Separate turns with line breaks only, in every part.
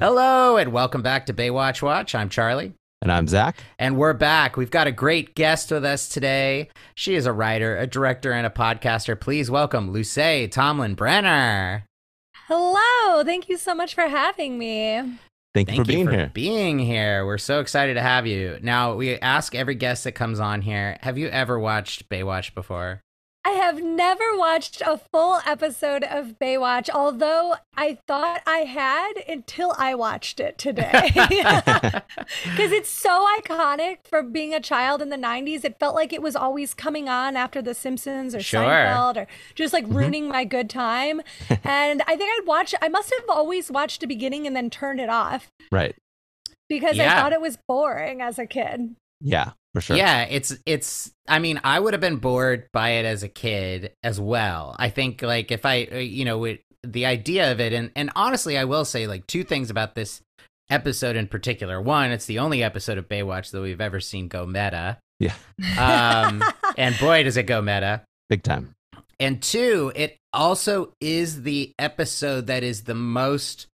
Hello and welcome back to Baywatch Watch. I'm Charlie.
And I'm Zach.
And we're back. We've got a great guest with us today. She is a writer, a director, and a podcaster. Please welcome Luce Tomlin Brenner.
Hello. Thank you so much for having me.
Thank, you for being here.
Being here. We're so excited to have you. Now, we ask every guest that comes on here Have you ever watched Baywatch before?
I have never watched a full episode of Baywatch, although I thought I had until I watched it today. Because it's so iconic for being a child in the 90s. It felt like it was always coming on after The Simpsons or
Sure. Mm-hmm.
Seinfeld or just like ruining my good time. And I think I'd watch, I must have always watched the beginning and then turned it off
Right.
because I
Yeah.
thought it was boring as a kid.
Yeah, for sure.
Yeah, it's it's I mean, I would have been bored by it as a kid as well. I think like if I uh, you know, it, the idea of it and and honestly, I will say like two things about this episode in particular. One, it's the only episode of Baywatch that we've ever seen go meta.
Yeah.
Um and boy does it go meta.
Big time.
And two, it also is the episode that is the most,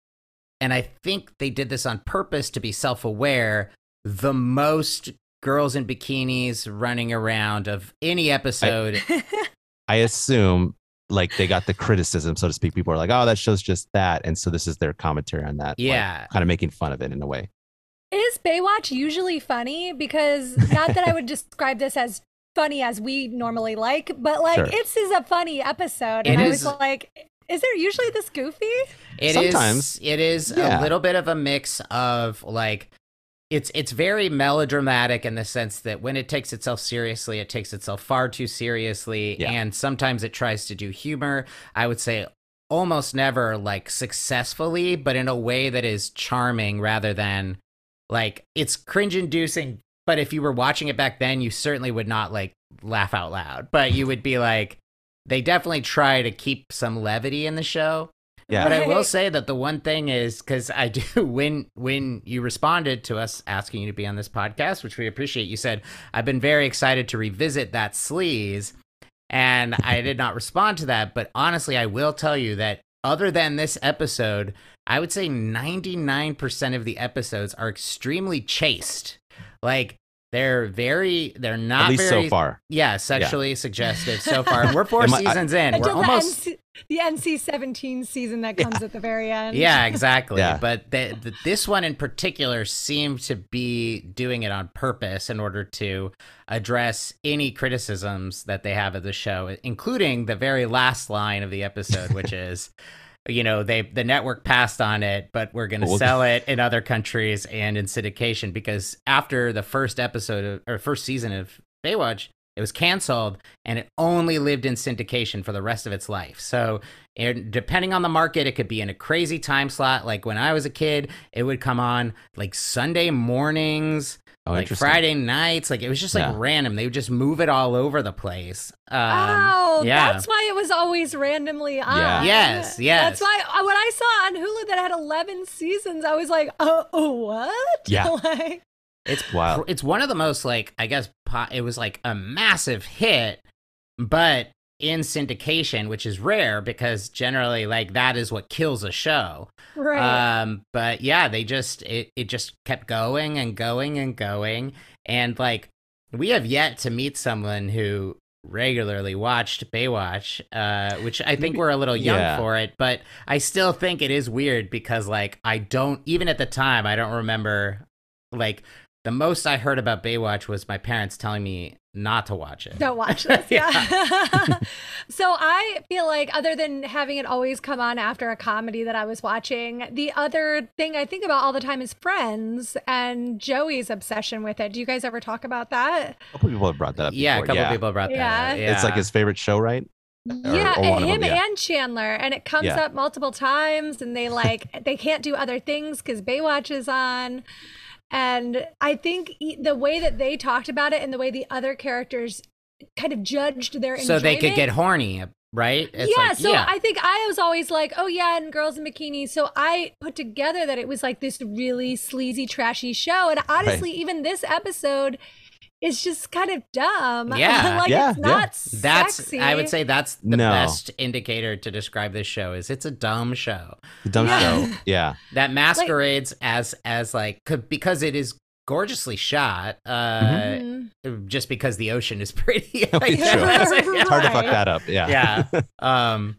and I think they did this on purpose to be self aware, the most girls in bikinis running around of any episode.
I assume like they got the criticism, so to speak. People are like, oh, that show's just that. And so this is their commentary on that. like,
yeah.
kind of making fun of it in a way.
Is Baywatch usually funny? Because not that I would describe this as funny as we normally like, but like
Sure.
it's is a funny episode.
It
and
is-
I was like, is there usually this goofy?
It is.
Sometimes.
it is a
Yeah.
little bit of a mix of like it's it's very melodramatic in the sense that when it takes itself seriously, it takes itself far too seriously,
Yeah.
and sometimes it tries to do humor. I would say almost never like successfully, but in a way that is charming rather than like it's cringe inducing. But if you were watching it back then, you certainly would not like laugh out loud, but you would be like, they definitely try to keep some levity in the show.
Yeah.
But I will
Right.
say that the one thing is because I do when when you responded to us asking you to be on this podcast, which we appreciate, you said I've been very excited to revisit that sleaze, and I did not respond to that. But honestly, I will tell you that other than this episode, I would say ninety nine percent of the episodes are extremely chaste. Like they're very, they're not
At least
very,
so far.
yeah, sexually suggestive so far. And we're four
Am I- I-
seasons in. We're
Until
almost
the, NC, the NC 17 season that comes at the very end.
Yeah, exactly.
Yeah.
But the, the, this one in particular seemed to be doing it on purpose in order to address any criticisms that they have of the show, including the very last line of the episode, which is, you know, they the network passed on it, but we're going to
Well-
sell it in other countries and in syndication because after the first episode of, or first season of Baywatch. It was canceled and it only lived in syndication for the rest of its life. So, and depending on the market, it could be in a crazy time slot. Like when I was a kid, it would come on like Sunday mornings,
Oh,
like
interesting.
Friday nights. Like it was just like
Yeah.
random. They would just move it all over the place. Um,
oh,
yeah.
that's why it was always randomly on.
Yes, yes.
That's why uh, when I saw on Hulu that had 11 seasons, I was like, oh, oh what?
Yeah.
like,
It's wild.
It's one of the most like I guess po- it was like a massive hit, but in syndication, which is rare because generally like that is what kills a show.
right.
Um, but yeah, they just it, it just kept going and going and going. And like we have yet to meet someone who regularly watched Baywatch, uh, which I think we're a little young
yeah.
for it, but I still think it is weird because like I don't even at the time I don't remember like the most I heard about Baywatch was my parents telling me not to watch it.
Don't watch this. Yeah. so I feel like, other than having it always come on after a comedy that I was watching, the other thing I think about all the time is Friends and Joey's obsession with it. Do you guys ever talk about that?
A couple people have brought that up.
yeah, a
before.
couple people brought that.
Yeah.
Up.
It's like his favorite show, right? Or-
yeah,
or one of
him
them, yeah.
and Chandler, and it comes
Yeah.
up multiple times, and they like they can't do other things because Baywatch is on. And I think e- the way that they talked about it and the way the other characters kind of judged their
so they could
enjoyment-
get horny, right? It's
yeah,
like-
so I think I was always like, oh yeah, and girls in bikinis. So I put together that it was like this really sleazy, trashy show. And honestly, even this episode it's just kind of dumb.
Yeah.
like
Yeah,
it's
yeah.
not
That's
sexy.
I would say that's the
No.
best indicator to describe this show is it's a dumb show
The dumb
Yeah.
show. Yeah.
that masquerades as as like c- because it is gorgeously shot uh
Mhm.
just because the ocean is pretty I
Sure.
guess.
Mm-hmm. It's hard to fuck
Right.
that up. Yeah.
yeah um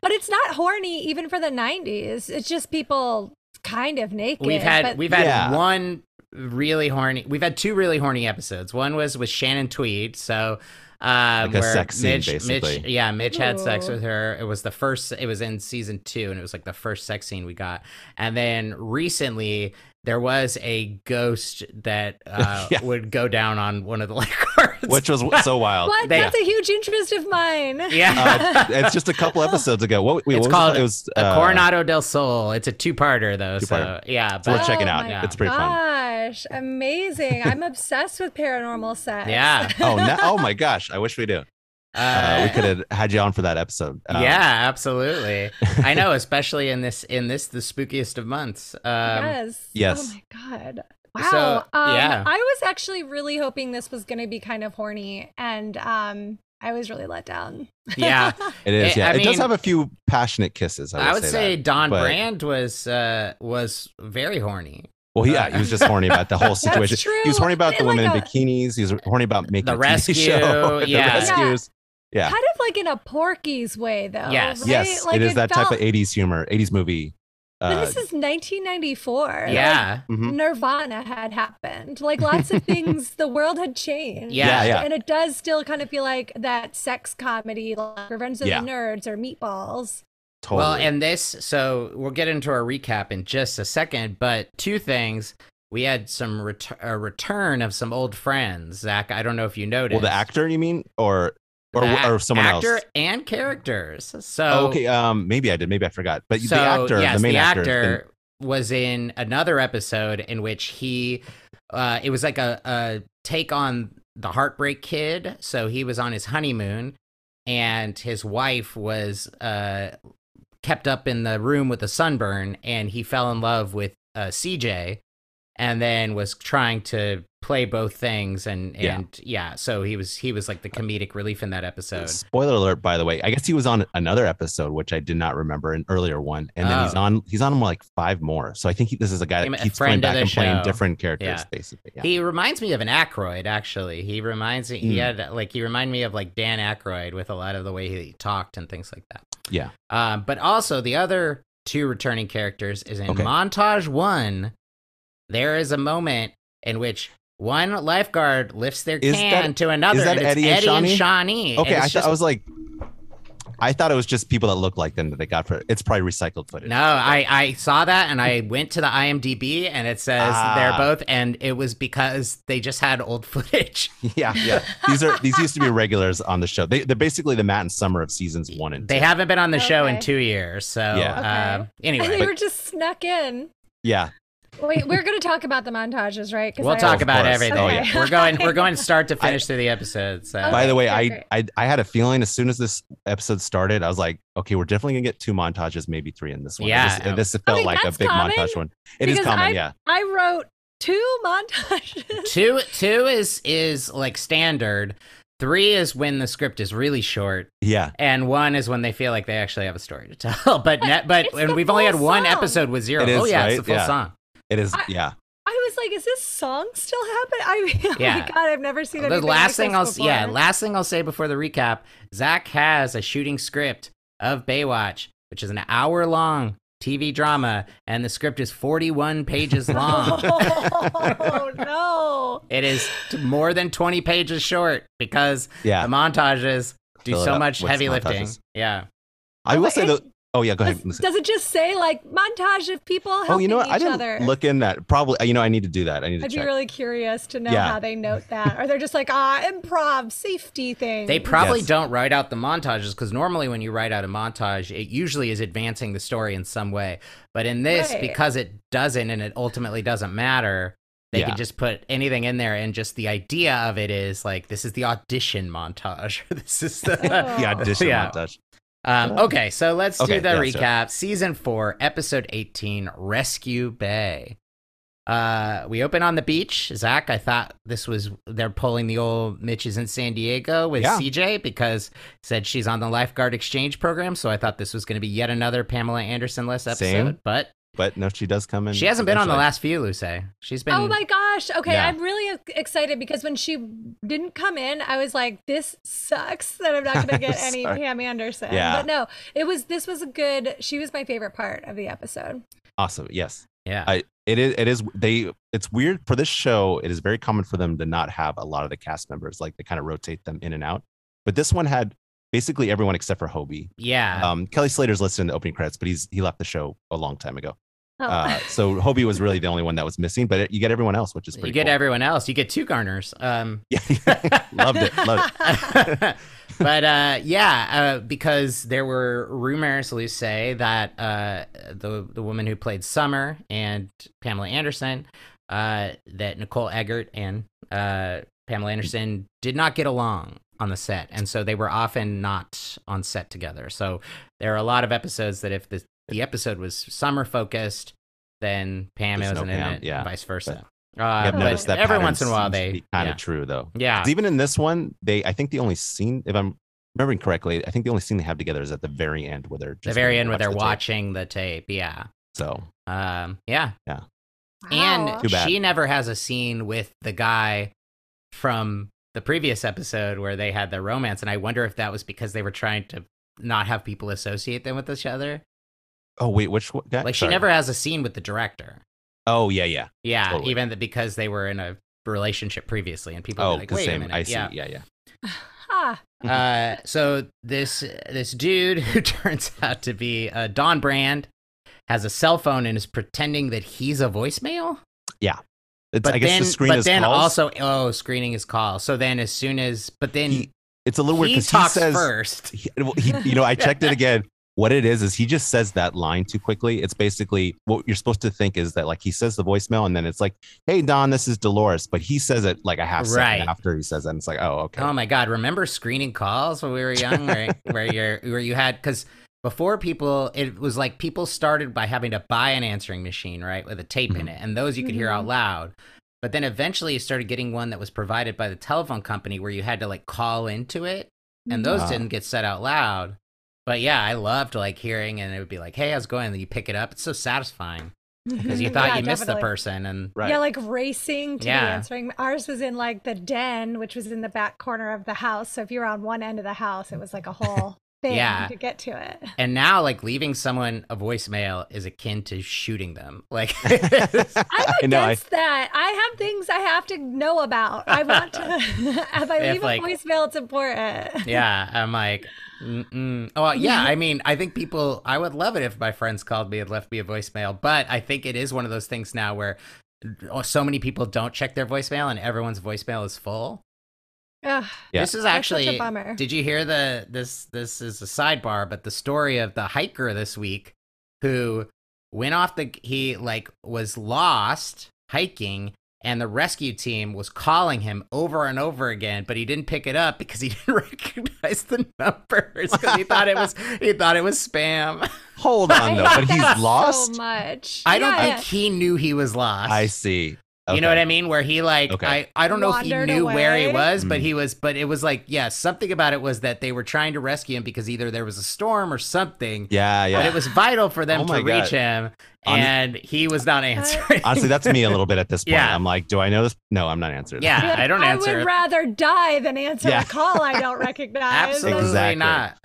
But it's not horny even for the 90s. It's just people kind of naked.
we've had
but-
we've had
Yeah.
one really horny we've had two really horny episodes one was with shannon tweed so uh
Like a
where
sex scene,
mitch, mitch
basically.
yeah mitch had sex
Ooh.
with her it was the first it was in season two and it was like the first sex scene we got and then recently there was a ghost that uh
Yeah.
would go down on one of the lifeguards
Which was so wild.
what?
oh, they-
That's a huge interest of mine.
yeah
Uh, it's just a couple episodes ago. What, wait,
It's
what was it?
called
it was
a
uh,
coronado del sol it's a two-parter though so
Two-parter.
yeah
So we'll
but
check it
Oh
out.
my
It's pretty fun.
Gosh, amazing. I'm obsessed with paranormal sex.
yeah
Oh, no, oh my gosh. I wish we do. Uh, we could have had you on for that episode. Um,
yeah, absolutely. I know, especially in this in this the spookiest of months. Um,
yes.
yes.
Oh my god. Wow.
So,
um,
yeah.
I was actually really hoping this was going to be kind of horny, and um, I was really let down.
yeah,
It is.
It-
yeah.
I
it does
mean-
have a few passionate kisses. I would,
I would say,
that.
Don
but-
Brand was uh, was very horny.
Well, yeah, he was just horny about the whole
That's
situation. He was
true.
horny about the
Like
women in
a-
bikinis. He was horny about making
The
a TV show.
rescue, yeah.
the rescues. Yeah.
Kind of like in a Porky's way, though.
Yes.
right?
Yes,
Like,
it is that type
felt-
of uh, '80s humor, '80s movie.
But
Uh,
this is 1994. Like,
Yeah,
mhm.
Nirvana had happened. Like lots of things, the world had changed.
Yeah.
yeah, yeah.
And it does still kind of feel like that sex comedy, like Revenge of
Yeah.
the Nerds or Meatballs.
Totally.
Well, and this, so we'll get into our recap in just a second, but two things. We had some ret- a return of some old friends. Zach, I don't know if you noticed.
well, the actor, you mean, or or,
The ac-
or someone
actor
else?
and characters. So
Oh, okay, um, maybe I did. Maybe I forgot. But
so,
the actor,
yes,
the main actor, has been-
actor was in another episode in which he, uh, it was like a, a take on the Heartbreak Kid. So he was on his honeymoon, and his wife was uh, kept up in the room with a sunburn, and he fell in love with uh, CJ, and then was trying to play both things, and
Yeah.
and yeah, so he was he was like the comedic relief in that episode.
Spoiler alert, by the way. I guess he was on another episode, which I did not remember, an earlier one, and then he's
Oh.
on he's on like five more. So I think he, this is a guy
Him- a
that keeps
friend of
going back
the
and playing
show.
different characters,
Yeah.
basically. Yeah.
He reminds me of an Aykroyd, actually. He reminds me, he
Hmm.
had, like, he reminded me of, like, Dan Aykroyd with a lot of the way he talked and things like that.
Yeah.
Um, but also, the other two returning characters is in
Okay.
Montage 1. There is a moment in which one lifeguard lifts their
Is
can
that-
to another.
is that
and it's
Eddie and Shawnee?
Shawnee.
okay,
And
I,
it's
thought I was like, I thought it was just people that look like them that they got for. It's probably recycled footage.
No, I, I saw that and I went to the IMDb and it says they're
Ah.
both, and it was because they just had old footage.
yeah, yeah. These are these used to be regulars on the show. They, they're basically the Matt and Summer of seasons one and
They
two.
haven't been on the show in
Okay.
two years, so
Yeah.
um,
Okay.
anyway,
And they were just snuck in.
yeah,
Wait, we're going to talk about the montages, right? 'Cause
we'll
I-
talk
Of
about
course.
everything.
Oh,
yeah.
We're going we're going start to finish through the episode. So
Okay.
By the way,
Okay,
I, I I had a feeling as soon as this episode started, I was like, okay, we're definitely gonna get two montages, maybe three in this one.
Yeah.
This- this, felt
mean,
like a
that's
big
common,
montage one. It is
because
common,
I-
yeah.
I wrote two montages.
two two is is like standard. Three is when the script is really short,
Yeah.
and one is when they feel like they actually have a story to tell. But net, but
it's
and
the
we've only
full
had one
song.
episode with zero.
It is,
oh yeah, it's the
right?
full
Yeah.
song.
It is
I-
yeah.
I was like, is this song still happening? I mean, oh
Yeah.
my God, I've never seen
The
anything
last
like
thing
this
I'll
before.
yeah last thing I'll say before the recap, Zach has a shooting script of Baywatch, which is an hour long TV drama, and the script is forty one pages long.
Oh, no.
It is t- more than 20 pages short because
Yeah.
the montages do
Fill it
so
up
much
with
heavy lifting.
montages.
Yeah.
I will say
It-
though oh yeah, go ahead.
Does, does it just say like montage of people helping
Oh, you know what?
each
I didn't
other?
look in that. Probably you know, I need to do that. I need to
I'd be
check.
really curious to know
Yeah.
how they note that, or they're just like ah improv safety thing.
They probably
Yes.
don't write out the montages because normally when you write out a montage, it usually is advancing the story in some way. But in this,
Right.
because it doesn't and it ultimately doesn't matter, they
Yeah.
can just put anything in there. And just the idea of it is like, this is the audition montage. this is the.
the audition
Yeah.
montage.
Um, okay, so let's
Okay,
do the
yeah, let's do it.
recap. Season 4, Episode 18 Rescue Bay. Uh, we open on the beach. Zach, I thought this was they're pulling the old Mitches in San Diego with
Yeah.
CJ because said she's on the lifeguard exchange program. So I thought this was going to be yet another Pamela Anderson less episode,
Same.
but
But no, she does come in.
she hasn't been on the
eventually.
last few. Luce, she's been.
Oh my gosh. Okay,
Yeah.
I'm really ex- excited because when she didn't come in, I was like, this sucks that I'm not going to get any
Sorry.
Pam Anderson.
Yeah.
But no, it was this was a good she was my favorite part of the episode.
Awesome. Yes,
yeah.
I- it is. It is. They. It's weird for this show. It is very common for them to not have a lot of the cast members. Like they kind of rotate them in and out. But this one had basically everyone except for Hobie.
yeah.
Um, Kelly Slater's listed in the opening credits, but he's he left the show a long time ago.
Oh.
Uh, so Hobie was really the only one that was missing. But it, you get everyone else, which is
you
pretty.
get
cool.
everyone else. You get two Garners. Um,
yeah, loved it. Loved it.
but uh, yeah, uh, because there were rumors, Luce, that uh, the the woman who played Summer and Pamela Anderson, uh, that Nicole Eggert and uh, Pamela Anderson did not get along on the set, and so they were often not on set together. So there are a lot of episodes that if the the episode was summer focused, then Pam
There's no
wasn't in
Pam,
it,
yeah.
and vice versa.
I've
uh,
noticed
but
that
every
pattern
once in a while
seems to
they
be kind
yeah. Ah.
of true though.
yeah.
'Cause Even in this one, they I think the only scene, if I'm remembering correctly, I think the only scene they have together is at the very end where they're just
the very
gonna
end where they're
watch the tape.
watching the tape. Yeah.
So
Um, yeah.
Wow.
And
Too bad.
she never has a scene with the guy from the previous episode where they had their romance. And I wonder if that was because they were trying to not have people associate them with each other.
oh wait, which one? guy?
Like she
Sorry.
never has a scene with the director.
Oh yeah, yeah.
Yeah.
Totally.
Even th- because they were in a relationship previously and people
Oh,
were like,
the
wait a
same.
minute.
I see. Mm-hmm.
yeah.
Yeah, yeah.
uh,
Ah,
so this this dude who turns out to be uh, Don Brand has a cell phone and is pretending that he's a voicemail.
It's,
But
I guess
then,
the screen
but
is
then
calls.
also oh, screening is calls. So then, as soon as but then
He- it's a little weird
he
because he,
talks
says,
first.
he- well, he- you know, I checked it again. What it is is he just says that line too quickly. It's basically what you're supposed to think is that like he says the voicemail and then it's like, "Hey Don, this is Dolores," but he says it like a half
Right.
second after he says it. And it's like, oh okay,
Oh my god! Remember screening calls when we were young, where, where you're where you had because before people, it was like people started by having to buy an answering machine, right, with a tape
Mm-hmm.
in it, and those you could hear out loud. But then eventually you started getting one that was provided by the telephone company, where you had to like call into it, and those
Ah.
didn't get said out loud. But yeah, I loved like hearing, and it would be like, "Hey, how's it going?" And then you pick it up. It's so satisfying because you thought
Mm-hmm. Yeah,
you missed
definitely.
the person, and
right.
Yeah, like racing to the
Yeah.
answering. Ours was in like the den, which was in the back corner of the house. So if you were on one end of the house, it was like a whole thing
Yeah.
to get to it.
And now, like leaving someone a voicemail is akin to shooting them. Like, it's-
I'm
I know, I-
against that. I have things I have to know about. I want to. if I
If,
leave
like-
a voicemail, it's important.
yeah, I'm like, mm-mm. oh yeah.
Mm-hmm.
I mean, I think people. I would love it if my friends called me and left me a voicemail, but I think it is one of those things now where oh, so many people don't check their voicemail, and everyone's voicemail is full.
Ugh,
Yeah.
This is
That's such a
actually.
bummer.
Did you hear the this? This is a sidebar, but the story of the hiker this week who went off the he like was lost hiking and the rescue team was calling him over and over again but he didn't pick it up because he didn't recognize the numbers because he thought it was he thought it was spam
Hold
I
on though,
hate
but
that
he's lost.
so much.
i don't
Yeah.
think he knew he was lost
I see.
You know what I mean? Where he like
Okay.
I, I don't know if he
Wandered
knew where he
away.
was, but
Mm.
he was but it was like, yeah, something about it was that they were trying to rescue him because either there was a storm or something.
Yeah,
But
yeah.
it was vital for them
Oh
to
my
reach
God.
him
Honest-
and he was
Uh,
not answering.
Honestly, that's me a little bit at this point.
Yeah.
I'm like, do I know this? No, I'm not answering.
Yeah,
that.
I don't
I
answer.
would rather die than answer
Yeah.
a call I don't recognize.
Absolutely
Exactly.
not.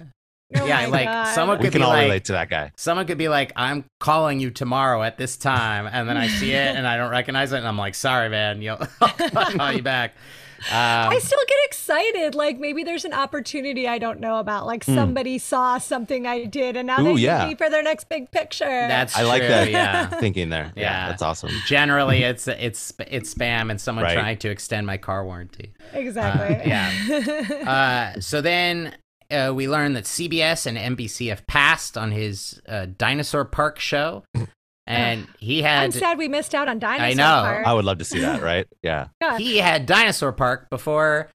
Oh
yeah,
my
like
God.
someone
we
could
can
be
all
like
relate to that guy.
someone could be like, I'm calling you tomorrow at this time, and then I see it and I don't recognize it, and I'm like, sorry, man, you'll I'll call you back. Um,
I still get excited. Like maybe there's an opportunity I don't know about. Like
Hmm.
Mm.
somebody saw something I did, and now
Ooh,
they need
yeah.
me for their next big picture.
that's
I like
true,
that.
Yeah.
Thinking there. Yeah,
Yeah.
that's awesome.
Generally, it's it's it's spam and someone
Right.
trying to extend my car warranty.
exactly.
Uh, Uh, so then uh, we learn that CBS and NBC have passed on his uh, Dinosaur Park show, and he
I'm
had
sad we missed out on dinosaur.
I know.
Park.
I would love to see that. Right? Yeah.
he had Dinosaur Park before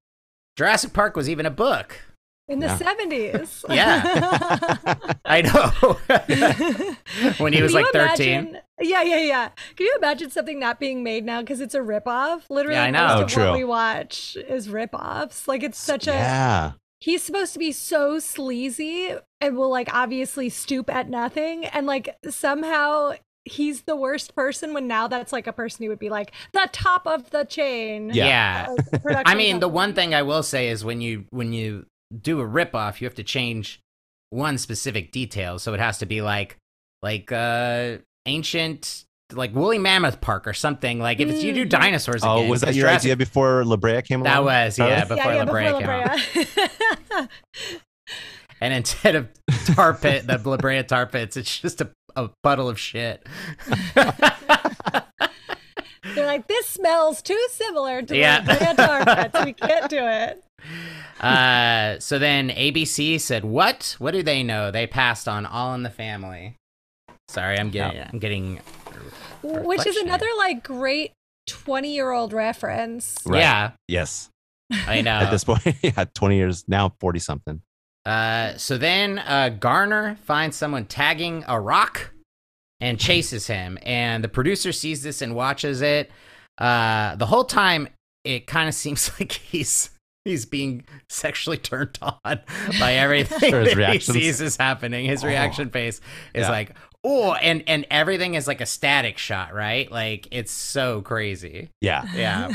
Jurassic Park was even a book.
in the
Yeah.
70s.
Yeah. I know when he was
Can
like
you
thirteen.
imagine Yeah, yeah, yeah. Can you imagine something not being made now because it's a ripoff? Literally,
Yeah, I know.
most
Oh,
of
true.
what we watch is ripoffs. Like it's such a
yeah.
he's supposed to be so sleazy and will like obviously stoop at nothing and like somehow he's the worst person when now that's like a person who would be like the top of the chain
Yeah.
yeah.
of the
I
production
mean, the
company.
one thing I will say is when you when you do a ripoff, you have to change one specific detail. So it has to be like like uh ancient like woolly mammoth park or something. Like if it's, you do
Mm.
dinosaurs
Oh,
again,
was that
it's
your
Jurassic-
idea before La Brea came
That
along?
was
That
yeah
was-
before
yeah, yeah,
La Brea
before
came out.
La Brea.
And instead of tar pit, the La Brea tar pits, it's just a, a puddle of shit.
They're like, this smells too similar to
Yeah.
yeah. Tarpets. We can't do it.
uh, so then ABC said, "What? What do they know? They passed on All in the Family." Sorry, I'm getting
Oh.
I'm getting
Which is
Reflection.
another like great 20 year old reference.
Right.
yeah.
Yes.
I know.
At this point, yeah, 20 years now, 40 something.
Uh, so then uh, Garner finds someone tagging a rock and chases him. And the producer sees this and watches it. Uh, the whole time, it kind of seems like he's he's being sexually turned on by everything
Sure, his
that he
reactions.
sees is happening. His
Oh.
reaction face is
Yeah.
like, oh, and and everything is like a static shot, right? Like it's so crazy.
Yeah.
Yeah.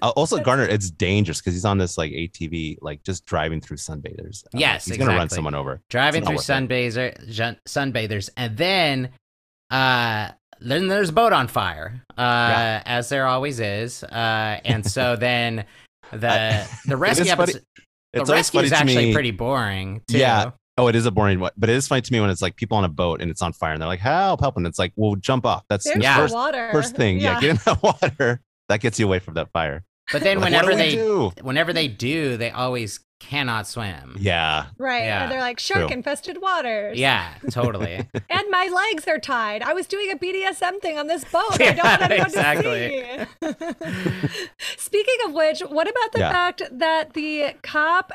Uh, also, Garner, it's dangerous because he's on this like ATV, like just driving through sunbathers. I'm like,
Yes,
he's gonna run
exactly.
someone over.
driving
It's not
through sunbather, jun- sunbathers, and then, uh, then there's a boat on fire, uh,
Yeah.
as there always is, uh, and so then the
I-
the rescue
is funny-
episode, the
It's always
rescue
funny
is
to
actually
me.
pretty boring. Too.
Yeah. Oh, it is a boring one, but it is funny to me when it's like people on a boat and it's on fire and they're like, "Help, help!" and it's like, "Well, jump off." That's
There's
the
Yeah.
yeah.
first,
water.
first thing. Yeah. get in the water. That gets you away from that fire.
But then
Like, what do
whenever
we
they
do?
whenever they do, they always cannot swim.
yeah,
Right.
Yeah.
And they're like
True.
shark infested waters.
Yeah, totally.
And my legs are tied. I was doing a BDSM thing on this boat. I don't
Yeah,
want anyone
exactly.
to see. Speaking of which, what about the
Yeah.
fact that the cop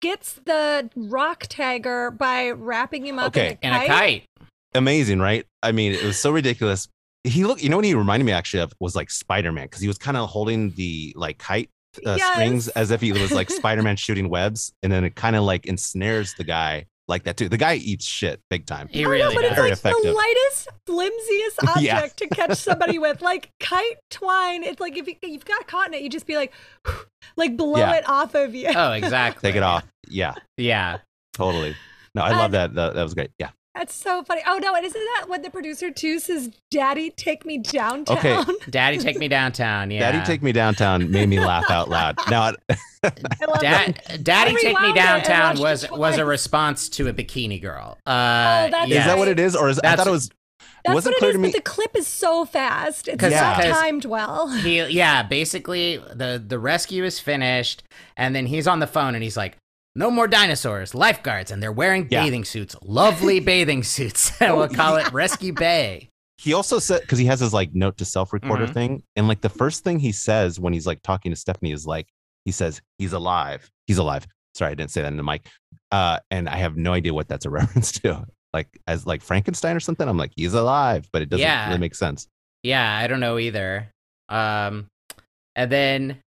gets the rock tagger by wrapping him up
Okay.
And a kite.
amazing, right? I mean, it was so ridiculous. He looked, you know, what he reminded me actually of was like Spider Man because he was kind of holding the like kite uh,
Yes.
strings as if he was like Spider Man shooting webs, and then it kind of like ensnares the guy like that too. The guy eats shit big time.
He
I
really
know, but
does.
it's
Very
like the
effective.
lightest, flimsiest object
Yeah.
to catch somebody with, like kite twine. It's like if you, you've got caught in it, you just be like, like blow
Yeah.
it off of you.
oh, exactly.
Take it off. Yeah,
Yeah.
totally. No, I
Uh,
love that. that. That was great. Yeah.
That's so funny. Oh no, and isn't that when the producer too says, "Daddy, take me downtown"?
Okay.
Daddy, take me downtown. Yeah.
Daddy Take Me Downtown made me laugh out loud. Now,
I love
Da-
that.
Daddy
I
Take Me
rewound it and
Downtown
watched
was
it
was a
twice.
response to a bikini girl. Uh,
Oh, that's
is that
yes.
what it is? Or is, I
That's-
thought it was, it
That's
wasn't
what
clear
it is.
to me.
But the clip is so fast; it's
'Cause-
not
yeah.
timed well.
He, yeah, basically the the rescue is finished, and then he's on the phone and he's like, "No more dinosaurs, lifeguards, and they're wearing
Yeah.
bathing suits, lovely bathing suits,
Oh,
and we'll call it Rescue Bay."
he also said, because he has his like note to self recorder
Mhm.
thing. And like the first thing he says when he's like talking to Stephanie is like, he says, he's alive. He's alive. Sorry, I didn't say that in the mic. Uh, and I have no idea what that's a reference to. Like, as like Frankenstein or something. I'm like, he's alive, but it doesn't
Yeah.
really make sense.
Yeah, I don't know either. Um, and then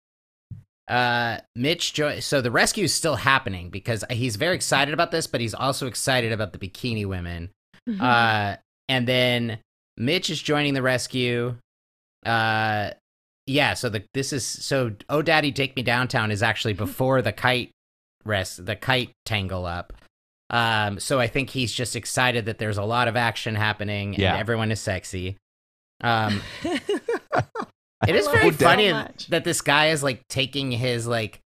uh, Mitch joins. So the rescue is still happening because he's very excited about this, but he's also excited about the bikini women.
Mm-hmm.
Uh, and then Mitch is joining the rescue. Uh, yeah. So the this is so Oh Daddy Take Me Downtown is actually before the kite rest the kite tangle up. Um, so I think he's just excited that there's a lot of action happening and
Yeah.
everyone is sexy. Um, it
I
is
love
very
it so
funny
much.
that this guy is like taking his like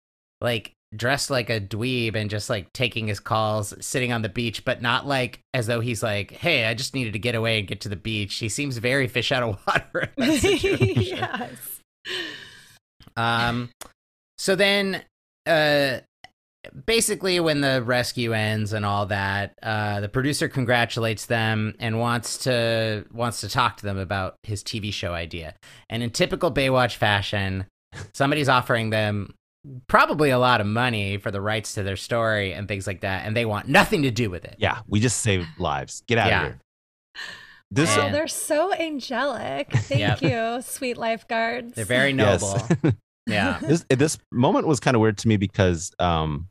like dressed like a dweeb and just like taking his calls sitting on the beach but not like as though he's like hey i just needed to get away and get to the beach he seems very fish out of water in that situation.
yes.
um so then uh basically when the rescue ends and all that uh the producer congratulates them and wants to wants to talk to them about his tv show idea and in typical baywatch fashion somebody's offering them probably a lot of money for the rights to their story and things like that and they want nothing to do with it
Yeah. We just save lives. Get out
Yeah.
of here. This
wow,
And-
they're so angelic. Thank you, sweet lifeguards.
They're very
Yes.
noble. Yeah.
this this moment was kind of weird to me because um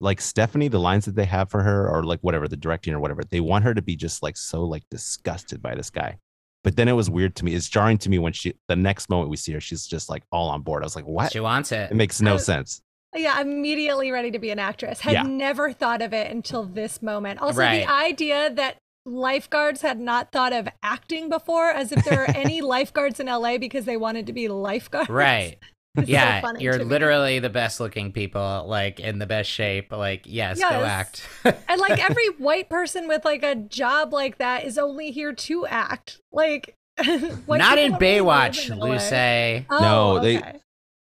like Stephanie, the lines that they have for her or like whatever, the directing or whatever, they want her to be just like so like disgusted by this guy. But then it was weird to me. It's jarring to me when she the next moment we see her, she's just like all on board. I was like, what?
She wants it.
It makes no
I-
sense.
Yeah, I'm immediately ready to be an actress. Had
Yeah.
never thought of it until this moment. Also,
Right.
the idea that lifeguards had not thought of acting before, as if there were any lifeguards in LA because they wanted to be lifeguards.
Right.
It's so
yeah.
funny
you're
to me.
literally the best looking people, like in the best shape. Like, yes, go
Yes.
act.
And like every white person with like a job like that is only here to act. Like, white
Not
people
in
don't really
Baywatch,
live in LA.
Luce.
Oh,
No, they-
okay.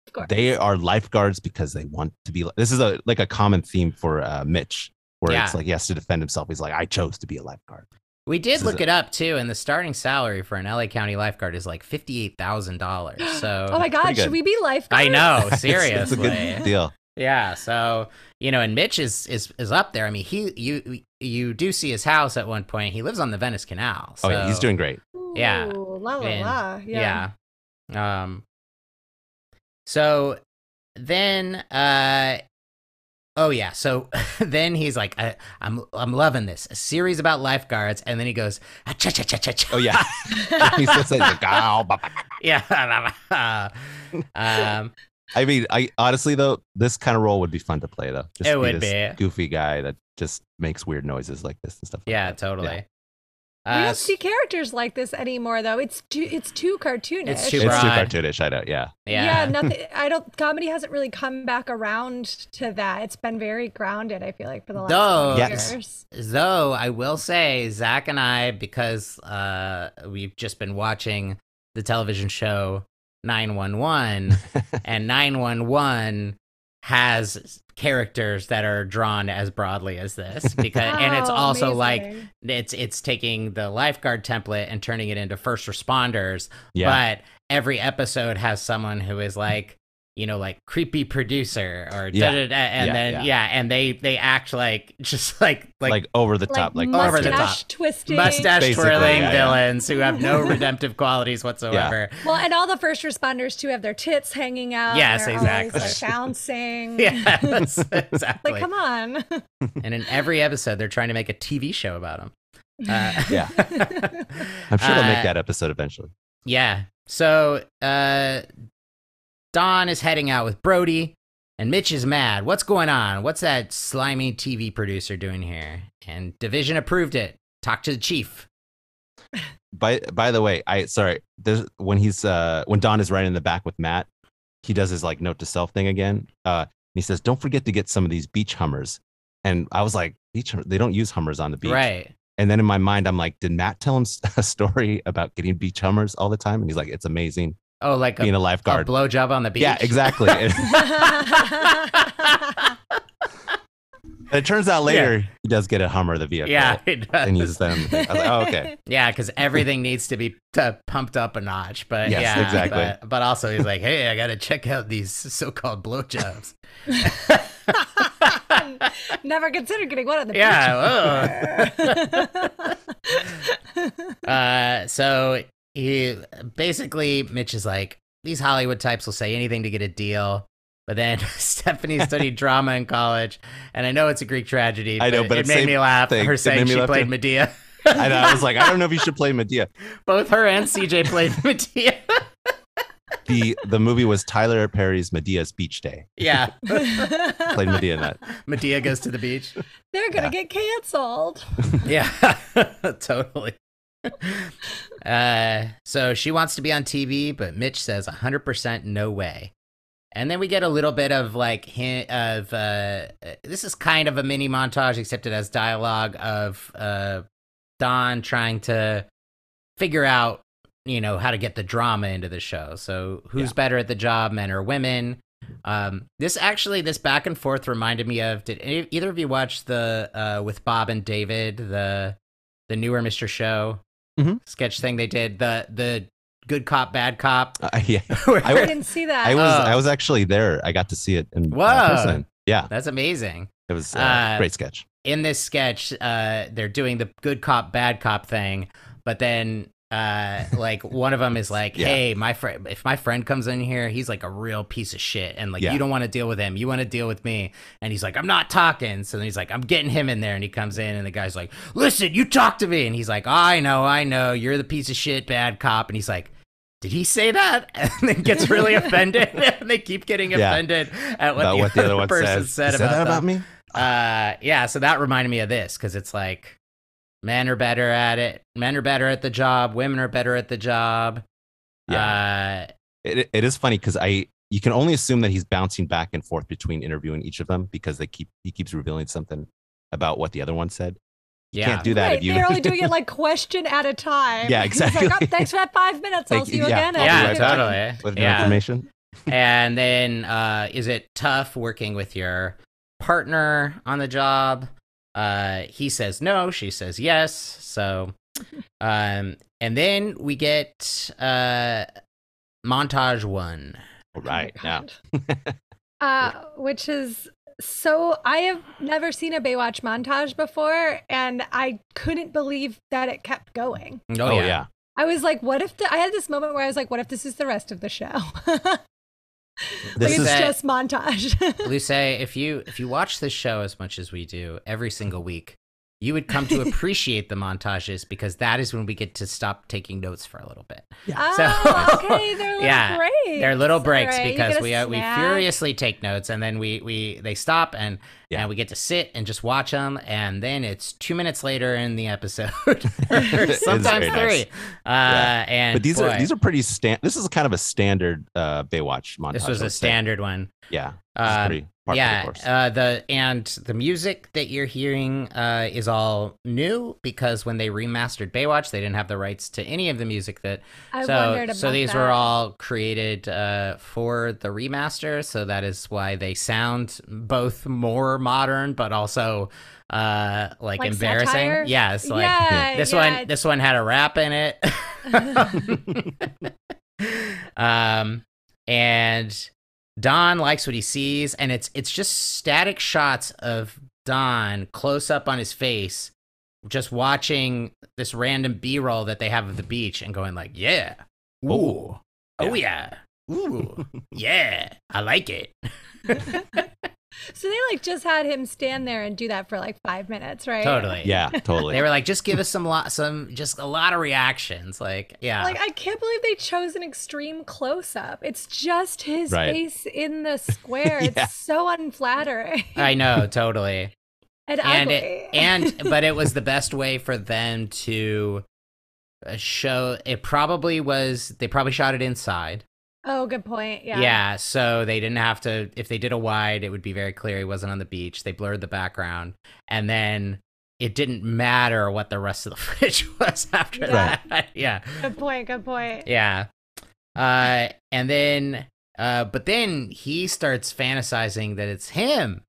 Of course.
They are lifeguards because they want to be. This is a like a common theme for uh, Mitch, where
Yeah.
it's like he has to defend himself. He's like, I chose to be a lifeguard.
We did
This is
look
a-
it up too, and the starting salary for an LA County lifeguard is like fifty-eight thousand dollars. So
oh my God,
pretty
should
good.
we be lifeguards?
I know,
It's- it's,
seriously.
a good deal.
Yeah, so you know, and Mitch is is is up there. I mean, he you you do see his house at one point. He lives on the Venice Canal.
oh yeah, he's
so-
doing great.
Yeah.
Ooh, la la
And-
la. Yeah.
yeah. Um. So then, uh, oh yeah. So then he's like, I, I'm I'm loving this a series about lifeguards, and then he goes, "Ah, cha cha cha cha cha.
Oh yeah, he's just like, "Oh, "Ow, ba, ba, ba."
yeah. um,
I mean, I honestly though, this kind of role would be fun to play though. Just
It would
this
be.
goofy guy that just makes weird noises like this and stuff. like
yeah,
that.
totally.
we
Uh,
don't see characters like this anymore, though. It's too it's too cartoonish.
It's too
it's too
broad.
cartoonish. I know. Yeah,
yeah.
yeah,
nothing. I don't. Comedy hasn't really come back around to that. It's been very grounded. I feel like for the last
Though-
few
Yes.
years.
Though I will say, Zach and I, because uh, we've just been watching the television show 911, and 911 has characters that are drawn as broadly as this because and it's
Oh,
also like
amazing.
it's it's taking the lifeguard template and turning it into first responders
yeah.
but every episode has someone who is like you know like creepy producer or
Yeah.
da-da-da, and
Yeah,
then
yeah.
yeah. and they they act like just like
like,
like,
over the top, like,
over the
mustache
top.
twisting.
mustache
Basically,
twirling
yeah, yeah.
villains who have no redemptive qualities whatsoever
Well, and all the first responders too have their tits hanging out. and
Yes,
they're always,
exactly.
like, bouncing.
yes
Like,
exactly
come on.
and in every episode they're trying to make a tv show about him Uh,
Yeah. I'm sure they'll make that episode eventually.
Yeah. So uh Don is heading out with Brody and Mitch is mad. What's going on? What's that slimy TV producer doing here? And Division approved it. Talk to the chief.
By by the way, I sorry. There's when he's uh when Don is right in the back with Matt, he does his like note to self thing again. Uh, and he says, "Don't forget to get some of these beach hummers." And I was like, "Beach? Hum- They don't use hummers on the beach,
Right.
And then in my mind, I'm like, "Did Matt tell him s- a story about getting beach hummers all the time?" And he's like, "It's amazing
Oh, like a,
being a
a
lifeguard."
blowjob on the beach.
Yeah, exactly. and it turns out later he does get a hummer the vehicle.
yeah, it does.
And uses that. on the thing. I was like, "Oh, okay."
yeah, because everything needs to be uh pumped up a notch. But
Yes,
yeah,
exactly.
But, but also, he's like, hey, I got to check out these so-called blowjobs.
Never considered getting one on the
Yeah,
beach.
Uh, so he basically Mitch is like, these Hollywood types will say anything to get a deal. But then Stephanie studied drama in college, and I know it's a Greek tragedy.
I know, but
it,
it's
made
same
me laugh.
thing.
Her
It
saying
made me
she
laugh
played
too.
Medea.
And I was like, "I don't know if you should play Medea."
Both her and CJ played Medea.
the the movie was Tyler Perry's Medea's Beach Day.
yeah,
Played Medea in that.
Medea goes to the beach.
They're gonna get canceled.
Yeah, totally. Uh, so she wants to be on TV, but Mitch says 100% no way. And then we get a little bit of like hint of uh, this is kind of a mini montage, except it has dialogue of uh, Don trying to figure out, you know, how to get the drama into the show. So who's
Yeah.
better at the job, men or women? Um, this actually, this back and forth reminded me of. Did any, either of you watch the uh, with Bob and David the the newer Mister Show
Mhm.
sketch thing they did the the good cop bad cop?
Uh, yeah,
where-
I
I
w-
didn't see that.
I was
Oh.
I was actually there. I got to see it in uh,
Whoa.
person. Yeah,
that's amazing.
it was a
Uh,
great sketch.
In this sketch, uh, they're doing the good cop bad cop thing, But then uh like one of them is like
Yeah.
hey my friend if my friend comes in here he's like a real piece of shit and like
Yeah.
you don't want to deal with him you want to deal with me and he's like i'm not talking so then he's like i'm getting him in there and he comes in and the guy's like listen you talk to me and he's like i know i know you're the piece of shit bad cop and he's like did he say that and then gets really offended and they keep getting
Yeah.
offended at what,
about
the,
what the
other
other one
person
says.
said
"You
about,
that
them
about me?
uh yeah so that reminded me of this because it's like men are better at it men are better at the job women are better at the job uh
it, it is funny because I you can only assume that he's bouncing back and forth between interviewing each of them because they keep he keeps revealing something about what the other one said. You
yeah
can't do that
right,
if you
they're only doing it like question at a time.
Yeah,
He's like, "Oh,
exactly.
thanks for that five minutes. I'll
Like,
see you
yeah,
again.
I'll be
yeah
right back.
totally
with new
yeah
information. Oh,
and then uh is it tough working with your partner on the job uh he says no she says yes so um and then we get uh montage one
Oh
All right now,
Oh,
uh, which is so I have never seen a Baywatch montage before, and I couldn't believe that it kept going.
oh,
oh, yeah.
I was like, "What if?" The, I had this moment where I was like, "What if this is the rest of the show? like
this
it's
is
that-
just montage."
Luce, if you if you watch this show as much as we do every single week, you would come to appreciate the montages because that is when we get to stop taking notes for a little bit.
oh, okay, they're little
yeah,
breaks.
They're little breaks
All right, you
because
get a
we uh, we
snack.
furiously take notes and then we we they stop and
Yeah.
and we get to sit and just watch them and then it's two minutes later in the episode, or sometimes
very
three.
nice.
Uh,
Yeah.
And
But these
boy,
are these are pretty stand. This is kind of a standard uh, Baywatch montage.
this
I
was a
would say.
standard one.
Yeah, this is
Um,
pretty part
yeah,
of the course.
uh, the and the music that you're hearing uh, is all new because when they remastered Baywatch, they didn't have the rights to any of the music that.
I
so
wondered
so
about
these
that.
were all created uh, for the remaster, so that is why they sound both more modern but also uh, like,
Like
embarrassing.
satire?
Yes, like
yeah,
this
yeah,
one this one had a rap in it um and don likes what he sees and it's it's just static shots of don close up on his face just watching this random b-roll that they have of the beach and going like yeah ooh
Oh.
oh yeah ooh yeah i like it
So they like just had him stand there and do that for like five minutes, right?
totally
yeah, totally.
they were like just give us some lot some just a lot of reactions like yeah
Like I can't believe they chose an extreme close up. It's just his
Right.
face in the square.
Yeah.
It's so unflattering
i know totally
and,
and
ugly.
it, and but it was the best way for them to uh, show it probably was they probably shot it inside
oh, good point. Yeah.
so they didn't have to if they did a wide it would be very clear he wasn't on the beach they blurred the background and then it didn't matter what the rest of the footage was after
Right.
that yeah
Good point. Good point.
yeah uh and then uh but then he starts fantasizing that it's him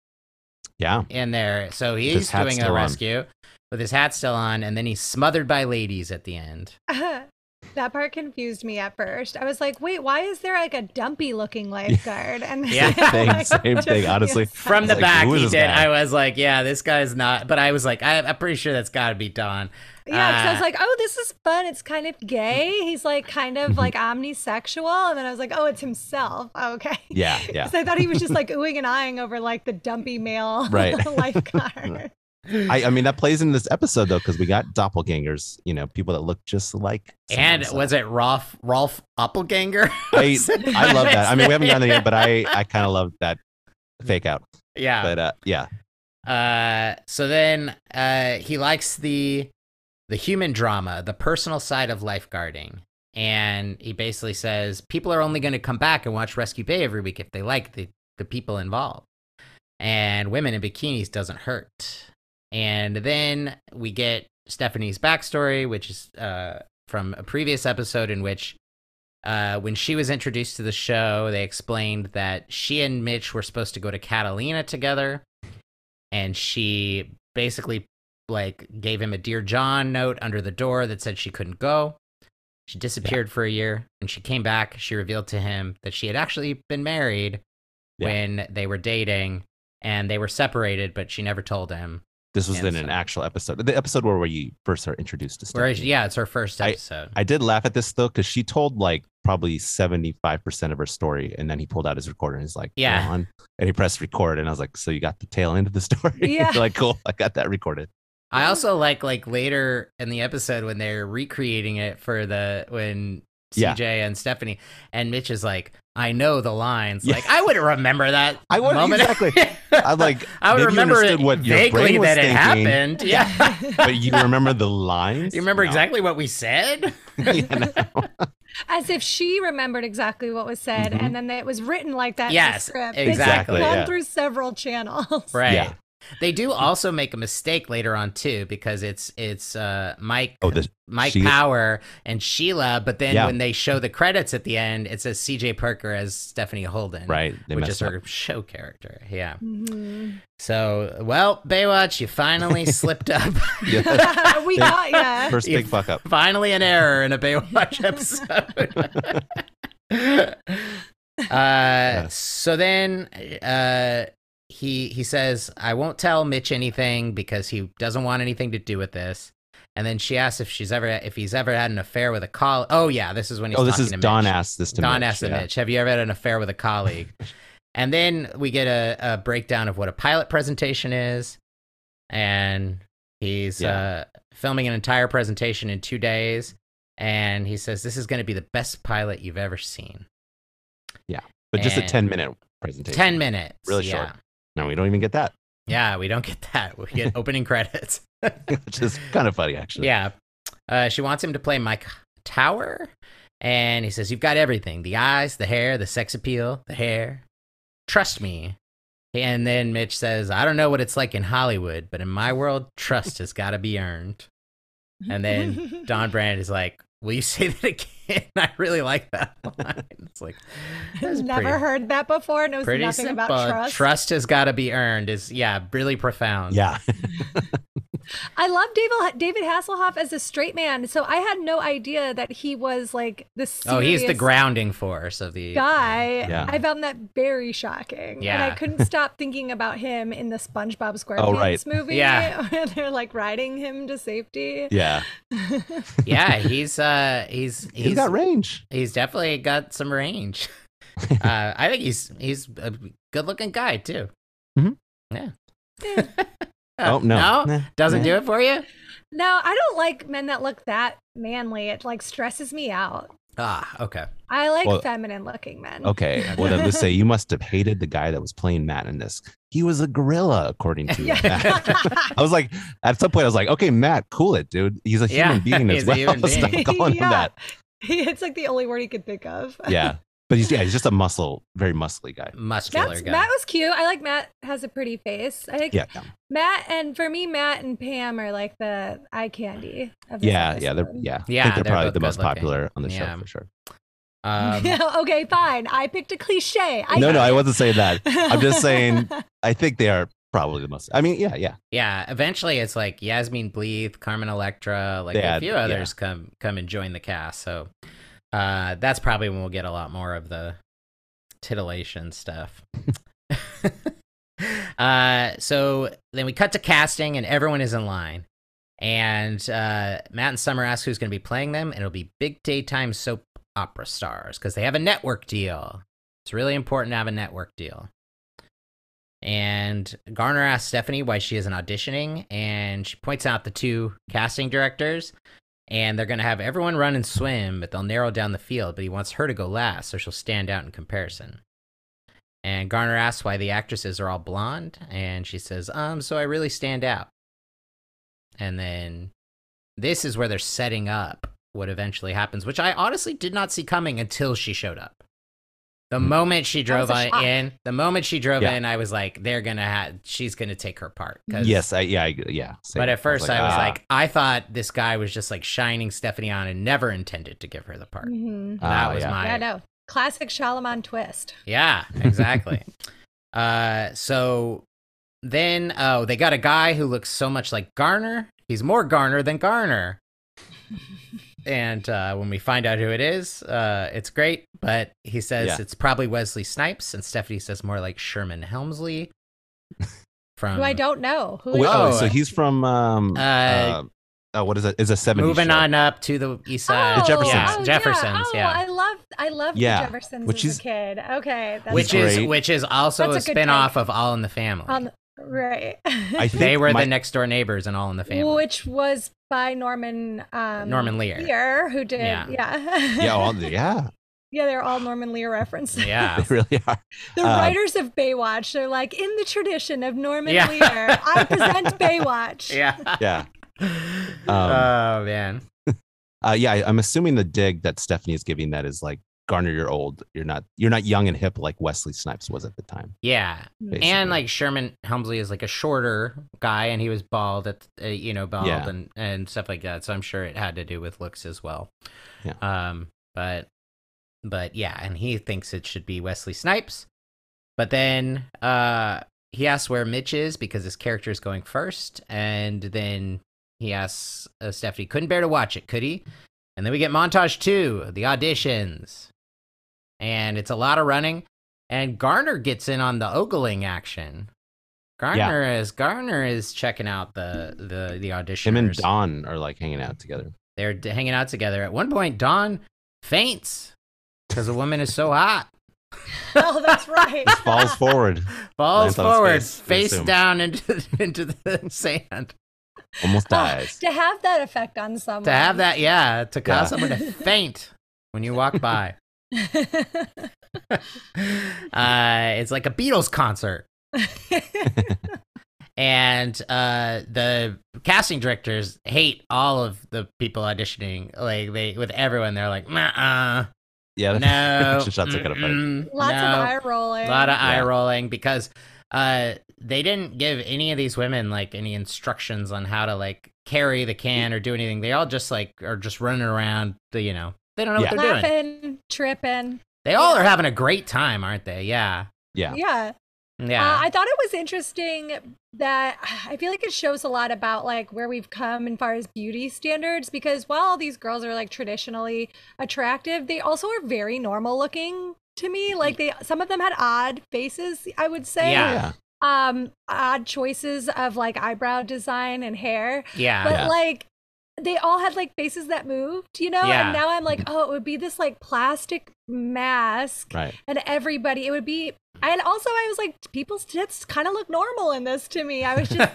yeah,
in there. So he's
his hat
doing
still
a
on.
rescue with his hat still on, and then he's smothered by ladies at the end.
that part confused me at first. I was like, wait, why is there like a dumpy looking lifeguard? And
Yeah.
Same- same thing, honestly.
From the
Like,
back,
who is
he
this
did.
guy?
I was like, yeah, this guy's not. But I was like, I, I'm pretty sure that's got to be Don.
Yeah, because I was
Ah.
Uh,
like, oh, this is fun. It's kind of gay. He's like kind of
Mm-hmm.
like omnisexual. And then I was like, oh, it's himself. Okay.
yeah, yeah.
Because I thought he was just like oohing and eyeing over like the dumpy male
Right.
lifeguard.
I, I mean, that plays in this episode though, because we got doppelgangers. You know, people that look just like. someone,
And
so-
was it Rolf Rolf Oppelganger?
I, I love that. I mean, we haven't done it yet, but I, I kind of love that fake out.
yeah.
But uh, yeah,
Uh, so then uh, he likes the the human drama, the personal side of lifeguarding, and he basically says people are only going to come back and watch Rescue Bay every week if they like the the people involved, and women in bikinis doesn't hurt. And then we get Stephanie's backstory, which is uh, from a previous episode in which. Uh, when she was introduced to the show, they explained that she and Mitch were supposed to go to Catalina together, and she basically like gave him a dear john note under the door that said she couldn't go she disappeared for a year and she came back she revealed to him that she had actually been married
Yeah.
when they were dating and they were separated but she never told him
This was
And
in an
so-
actual episode, the episode where we first are introduced to
Where,
Stephanie.
yeah, it's her first
I-
episode.
I did laugh at this though, because she told like probably 75% of her story. And then he pulled out his recorder and he's like, "Go
Yeah.
on." And he pressed record. And I was like, so you got the tail end of the story?
Yeah.
like, cool. I got that recorded.
I also like like later in the episode when they're recreating it for the when
Yeah.
CJ and Stephanie and Mitch is like, I know the lines.
Yeah.
Like I wouldn't remember that.
I would-
moment.
exactly. I'm like,
I would
maybe you
remember it
understood what your
vaguely
brain was
that it
thinking.
happened. Yeah.
but you remember the lines?
you remember
No.
exactly what we said?
Yeah, no.
As if she remembered exactly what was said,
Mhm.
and then it was written like that. in the
Yes,
script.
exactly,
It's gone
yeah.
through several channels.
Right.
Yeah.
They do also make a mistake later on too, because it's it's uh Mike
Oh, the,
Mike
She-
Power and Sheila, but then
Yeah.
when they show the credits at the end, it says CJ Parker as Stephanie Holden.
right. They
which is
messed up.
her show character. Yeah.
Mhm.
So, well, Baywatch, you finally slipped up.
Yeah.
we got ya.
First big fuck up.
finally an error in a Baywatch episode. uh, so then uh, he he says, "I won't tell Mitch anything because he doesn't want anything to do with this." And then she asks if she's ever if he's ever had an affair with a colleague. Oh yeah, this is when he's
Oh, this
talking
is
to
Don
Mitch.
asked this to
Don
Mitch,
asked to
yeah.
Mitch, "Have you ever had an affair with a colleague?" and then we get a, a breakdown of what a pilot presentation is, and he's
Yeah.
uh, filming an entire presentation in two days, and he says, "This is going to be the best pilot you've ever seen."
But just a
And-
10 minute presentation.
Ten minutes,
Really
yeah.
short. No, we don't even get that,
Yeah, we don't get that. We get opening credits.
which is kind of funny, actually.
Yeah. Uh, she wants him to play Mike Tower. And he says, You've got everything the eyes, the hair, the sex appeal, the hair. Trust me. And then Mitch says, I don't know what it's like in Hollywood, but in my world, trust has got to be earned. And then Don Brand is like, Will you say that again? I really like that line. It's like, that was
Never
pretty,
heard that before. Knows
pretty
nothing
simple.
about trust.
has got to be earned is, yeah, really profound.
Yeah.
I love David David Hasselhoff as a straight man. So I had no idea that he was like the serious
Oh, he's the grounding force of the
guy.
Yeah.
I found that very shocking. And
Yeah.
I couldn't stop thinking about him in the SpongeBob SquarePants
Oh, right.
movie
Yeah.
where they're like riding him to safety.
Yeah.
yeah, he's uh he's
He's
he's
got range.
he's definitely got some range. uh, I think he's he's a good looking guy too.
Mhm.
Yeah. Uh,
Yeah.
Oh, no. Nah.
doesn't
Nah.
do it for you.
No, I don't like men that look that manly. It like stresses me out.
Ah, okay.
I like
Well-
feminine looking men.
Okay. Well, then let's say you must have hated the guy that was playing Matt in this. He was a gorilla, according to
Yeah.
Matt. I was like, at some point, I was like, okay, Matt, cool it, dude. He's a
Yeah,
human being as
he's a
well.
human
Stop
being.
calling him that.
It's like the only word he could think of.
Yeah. But he's, yeah, he's just a muscle, very muscly guy.
Muscular
Matt's,
guy.
Matt was cute. I like Matt has a pretty face. I think
Yeah.
Matt and for me, Matt and Pam are like the eye candy. Of this
Yeah. Yeah. They're,
episode.
yeah. I
Yeah,
think
they're
they're, probably
both
the most
good looking.
popular on the
Yeah.
show for sure.
um,
okay, fine. I picked a cliche. I
no,
get
no, I
it.
wasn't saying that. I'm just saying- I think they are probably the most. I mean, yeah, yeah.
yeah. Eventually, it's like Yasmin Bleeth, Carmen Electra, like
Yeah,
a few
yeah.
others come come and join the cast. So uh, that's probably when we'll get a lot more of the titillation stuff. uh, so then we cut to casting, and everyone is in line. And uh, Matt and Summer ask who's going to be playing them, and it'll be big daytime soap opera stars because they have a network deal. It's really important to have a network deal. And Garner asks Stephanie why she isn't auditioning, and she points out the two casting directors, and they're going to have everyone run and swim, but they'll narrow down the field. But he wants her to go last, so she'll stand out in comparison. And Garner asks why the actresses are all blonde, and she says, "Um, so I really stand out." And then this is where they're setting up what eventually happens, which I honestly did not see coming until she showed up. The
Hmm.
moment she
That was
drove
a shock.
in, the moment she drove
Yeah.
in, I was like, "They're gonna have, she's gonna take her part." 'cause-
Yes. I, yeah. I, yeah. same.
but at first, I was
ah.
like, I thought this guy was just like shining Stephanie on and never intended to give her the part.
Mhm.
Ah,
that was
yeah.
my
Yeah, no. Classic Shalaman twist.
yeah, exactly. uh, so then, oh, they got a guy who looks so much like Garner. He's more Garner than Garner. and uh, when we find out who it is, uh, it's great. But he says
Yeah.
it's probably Wesley Snipes, and Stephanie says more like Sherman Helmsley. from
who I don't know. Who
Wait,
is-
oh,
Oh.
so he's from um
Uh,
uh, oh, what is it? Is a seventy
moving
show,
on up to the east side.
The Jeffersons.
Yeah,
oh,
Jeffersons,
Oh,
yeah.
I love I love
Yeah,
the Jeffersons
which
as
is-
a kid. Okay, that's
which
He's
is
great.
which is also
That's
a,
a good
spin-off of All in the Family.
um, right.
I think
they were
my-
the next door neighbors in All in the Family.
which was by Norman um,
Norman Lear.
Lear, who did
Yeah.
yeah
Yeah, all the, yeah,
Yeah, they're all Norman Lear references.
yeah.
they really are.
The
Uh,
writers of Baywatch, they're like, in the tradition of Norman
Yeah.
Lear, I present Baywatch.
Yeah.
Yeah,
oh man.
uh, yeah. I- I'm assuming the dig that Stephanie is giving that is like Garner, you're old. You're not. You're not young and hip like Wesley Snipes was at the time.
Yeah.
basically.
And like Sherman Helmsley is like a shorter guy and he was bald at uh, you know bald
Yeah.
and and stuff like that. So I'm sure it had to do with looks as well.
Yeah.
Um but but yeah, and he thinks it should be Wesley Snipes. But then uh he asks where Mitch is because his character is going first and then he asks uh, Stephanie couldn't bear to watch it, could he? And then we get montage 2, the auditions. And it's a lot of running. And Garner gets in on the ogling action. Garner is Garner is checking out the the the auditioners.
him and Don are like hanging out together.
They're d- hanging out together. At one point, Don faints because a woman is so hot.
Oh, that's right.
Just falls forward,
Falls
Lands on his
forward,
face, we
face
assume.
down into into the sand. Oh,
almost
Ah,
dies.
to have that effect on someone.
To have that, yeah, to cause
Yeah.
someone to faint when you walk by. uh, it's like a Beatles concert. and uh, the casting directors hate all of the people auditioning. Like they, with everyone, they're like, uh,
Yeah,
no,
action shots are kind of funny.
mm-mm,
Lots
no."
of eye rolling.
a lot of eye
Yeah.
rolling because uh they didn't give any of these women like any instructions on how to like carry the can or do anything they all just like are just running around the you know they don't know
Yeah.
what they're doing
laughing, tripping.
they all are having a great time aren't they yeah
Yeah,
Yeah.
yeah
Uh, I thought it was interesting that I feel like it shows a lot about like where we've come in far as beauty standards because while all these girls are like traditionally attractive, they also are very normal looking to me. Like they some of them had odd faces, I would say.
Mm-hmm. Yeah.
yeah,
Um odd choices of like eyebrow design and hair.
Ah, yeah
But
Yeah.
like they all had like faces that moved, you know?
Yeah. Mm-hmm.
And now I'm like, oh, it would be this like plastic mask
right.
and everybody it would be and also i was like people's tits kind of look normal in this to me i was just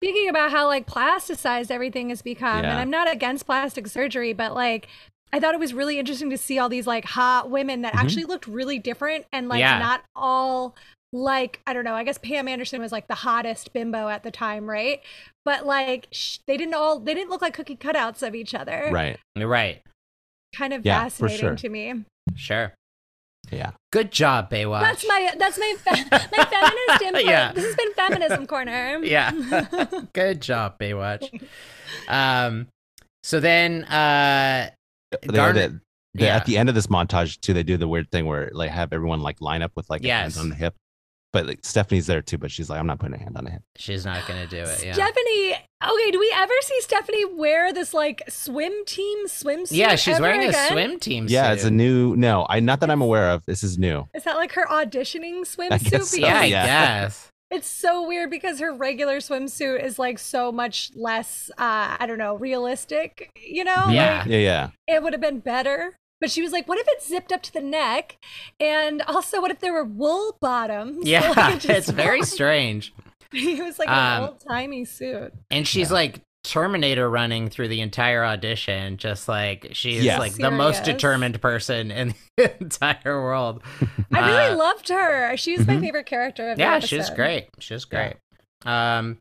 thinking about how like plasticized everything has become
Yeah.
and i'm not against plastic surgery but like i thought it was really interesting to see all these like hot women that
Mhm.
actually looked really different and like
Yeah.
not all like i don't know i guess pam anderson was like the hottest bimbo at the time right but like sh- they didn't all they didn't look like cookie cutouts of each other
Right.
you're right
kind of
Yeah, for
fascinating
sure.
to me
sure
Yeah.
good job baywatch
That's my that's my fe- my feminist input.
Yeah.
This has been feminism corner.
yeah good job baywatch um so then uh
They-
Garner-
they- they-
yeah.
At the end of this montage too, they do the weird thing where like have everyone like line up with like a
Yes.
hand on the hip. But like Stephanie's there too, but she's like, I'm not putting a hand on a hip.
she's not gonna do it yeah
Stephanie. Okay, do we ever see Stephanie wear this like swim team swimsuit?
yeah she's
ever
wearing a
again?
swim team
Yeah,
suit.
it's a new no, I not that I'm
It's-
aware of. This is new.
Is that like her auditioning
I
swimsuit?
guess so,
yeah i
yeah.
guess
It's so weird because her regular swimsuit is like so much less uh I don't know, realistic, you know?
Yeah.
Like,
Yeah, yeah.
it would have been better. But she was like, what if it's zipped up to the neck? And also, what if there were wool bottoms?
Yeah,
Like, it just-
it's very strange.
It was like
Um,
an old timey suit.
And she's
Yeah.
like Terminator running through the entire audition, just like she's
Yes.
like the most
Serious.
determined person in the entire world.
I really
Uh, mm-hmm.
loved her. She was my
mhm.
favorite character of the
yeah, she's
episode.
great. She's
Yeah.
great. Um,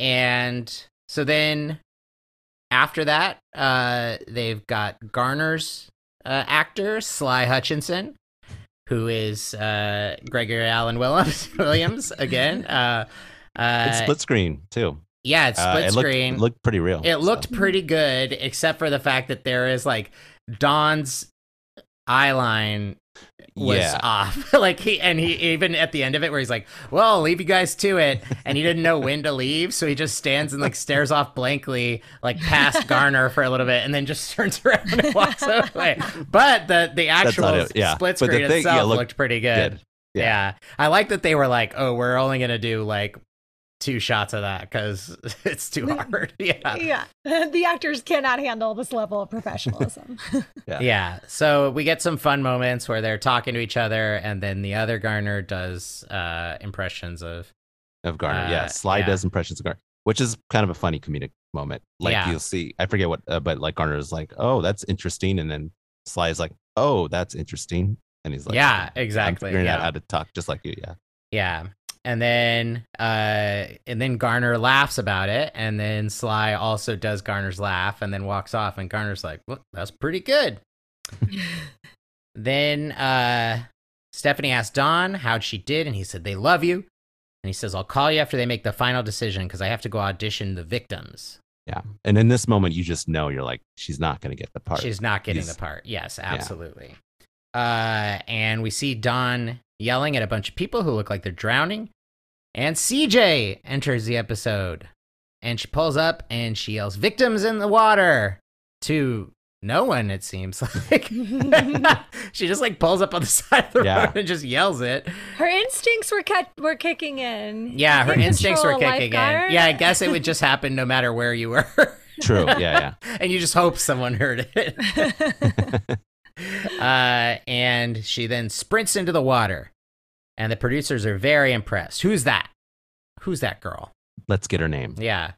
and so then after that, uh, they've got Garner's uh, actor Sly Hutchinson, who is uh Gregory Allen Williams Williams again. Uh, uh,
It's split screen too.
yeah, it's
Uh,
split
it looked,
screen.
It looked pretty real.
It looked
so.
pretty good, except for the fact that there is like Don's eyeline was
yeah.
off. like he and he even at the end of it where he's like, "Well, I'll leave you guys to it," and he didn't know when to leave, so he just stands and like stares off blankly, like past Garner for a little bit, and then just turns around and walks away. But the the
That's
actual
not it, yeah.
split
But the
screen
thing- yeah,
itself
looked
looked pretty good.
good, yeah.
yeah, I like that they were like, "Oh, we're only gonna do like." two shots of that because it's too hard. Yeah.
Yeah. The actors cannot handle this level of professionalism.
yeah. So we get some fun moments where they're talking to each other, and then the other Garner does uh, impressions of.
of Garner. yeah,
Uh,
Sly
yeah.
does impressions of Garner, which is kind of a funny comedic moment. Like
Yeah.
you'll see, I forget what, uh, but like Garner is like, "Oh, that's interesting," and then Sly is like, "Oh, that's interesting," and he's like, "I'm
yeah, exactly.
figuring out
Yeah.
how to talk just like you." Yeah,
yeah. And then, uh, and then Garner laughs about it, and then Sly also does Garner's laugh, and then walks off, and Garner's like, "Well, that's pretty good." then uh, Stephanie asked Don how she did, and he said, They love you. And he says, I'll call you after they make the final decision because I have to go audition the victims.
yeah. And in this moment, you just know you're like, she's not gonna get the part.
She's not getting
He's-
the part. Yes, absolutely. Uh, and we see Don yelling at a bunch of people who look like they're drowning. And CJ enters the episode. And she pulls up and she yells, Victims in the water to no one, it seems like. she just like pulls up on the side of the
Yeah.
road and just yells it.
Her instincts were cut were kicking in.
Yeah, her
You can
instincts were
control a
kicking
lifeguard.
in. Yeah, I guess it would just happen no matter where you were.
True. Yeah,
and you just hope someone heard it. Uh, and she then sprints into the water. And the producers are very impressed. Who's that? Who's that girl?
yeah. Let's get her name.
Yeah.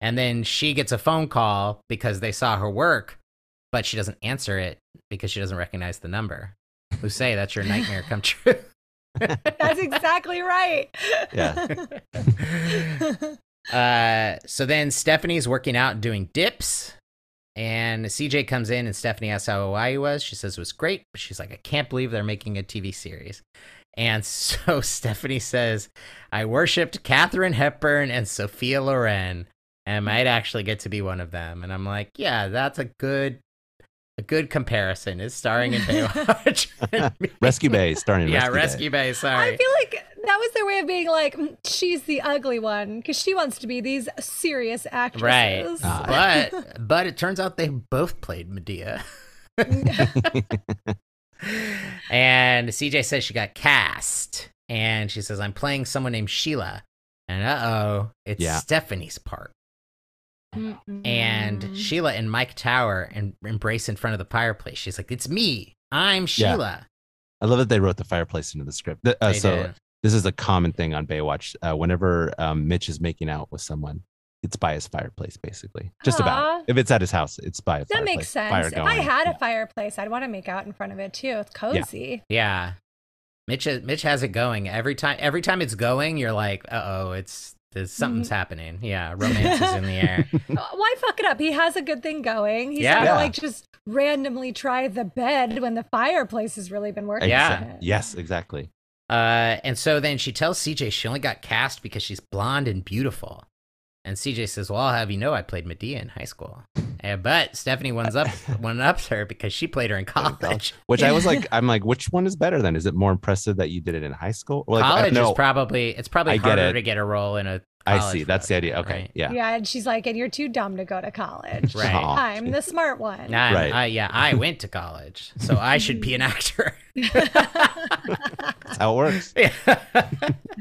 And then she gets a phone call because they saw her work, but she doesn't answer it because she doesn't recognize the number. Luce, that's your nightmare come true.
That's exactly right.
Yeah.
Uh, so then Stephanie's working out and doing dips. And CJ comes in and Stephanie asks how Hawaii was. She says it was great. But she's like, I can't believe they're making a TV series. And so Stephanie says, I worshipped Katharine Hepburn and Sophia Loren. And I might actually get to be one of them. And I'm like, yeah, that's a good a good comparison is starring in Baywatch.
Rescue Bay, starting.
yeah,
Rescue,
Rescue
Bay.
Bay, sorry.
I feel like that was their way of being like, "Mm, she's the ugly one because she wants to be these serious actresses.
Right.
Ah.
But but it turns out they both played Medea. and CJ says she got cast. And she says, I'm playing someone named Sheila. And uh oh, it's
Yeah.
Stephanie's part. And
Mm.
Sheila and Mike Tower and embrace in front of the fireplace. She's like, It's me. I'm
Yeah.
Sheila.
I love that they wrote the fireplace into the script. The- uh,
They
so
did.
this is a common thing on Baywatch. Uh, whenever um, Mitch is making out with someone, it's by his fireplace, basically. Just
Aw.
about. If it's at his house, it's by a
that
fireplace.
makes
Fire
sense. If I
going.
had
Yeah.
a fireplace, I'd want to make out in front of it too. It's cozy.
Yeah. Mitch uh, Mitch has it going. Every time every time it's going, you're like, uh oh, it's there's something's happening. Yeah. Romance is in the air.
Uh, Why fuck it up? He has a good thing going. He's
Yeah.
not
Yeah.
gonna like just randomly try the bed when the fireplace has really been working.
Yeah.
Exa- Yes, exactly.
Uh, and so then she tells CJ she only got cast because she's blonde and beautiful. And CJ says, "Well, I'll have you know, I played Medea in high school, uh, but Stephanie one's up one ups her because she played her in
college.
college.
Which I was like, I'm like, which one is better then? Is it more impressive that you did it in high school? Well, like, I
college
know-
is probably it's probably
I get
harder
it.
to get a role in a.
I
college
see. That's the
production,
idea. Okay.
right?
Yeah.
Yeah, and she's like, and you're too dumb to go to college.
Right.
Aw.
I'm the smart one.
I'm-
Right.
I- yeah, I went to college, so I should be an actor.
That's how it works.
yeah.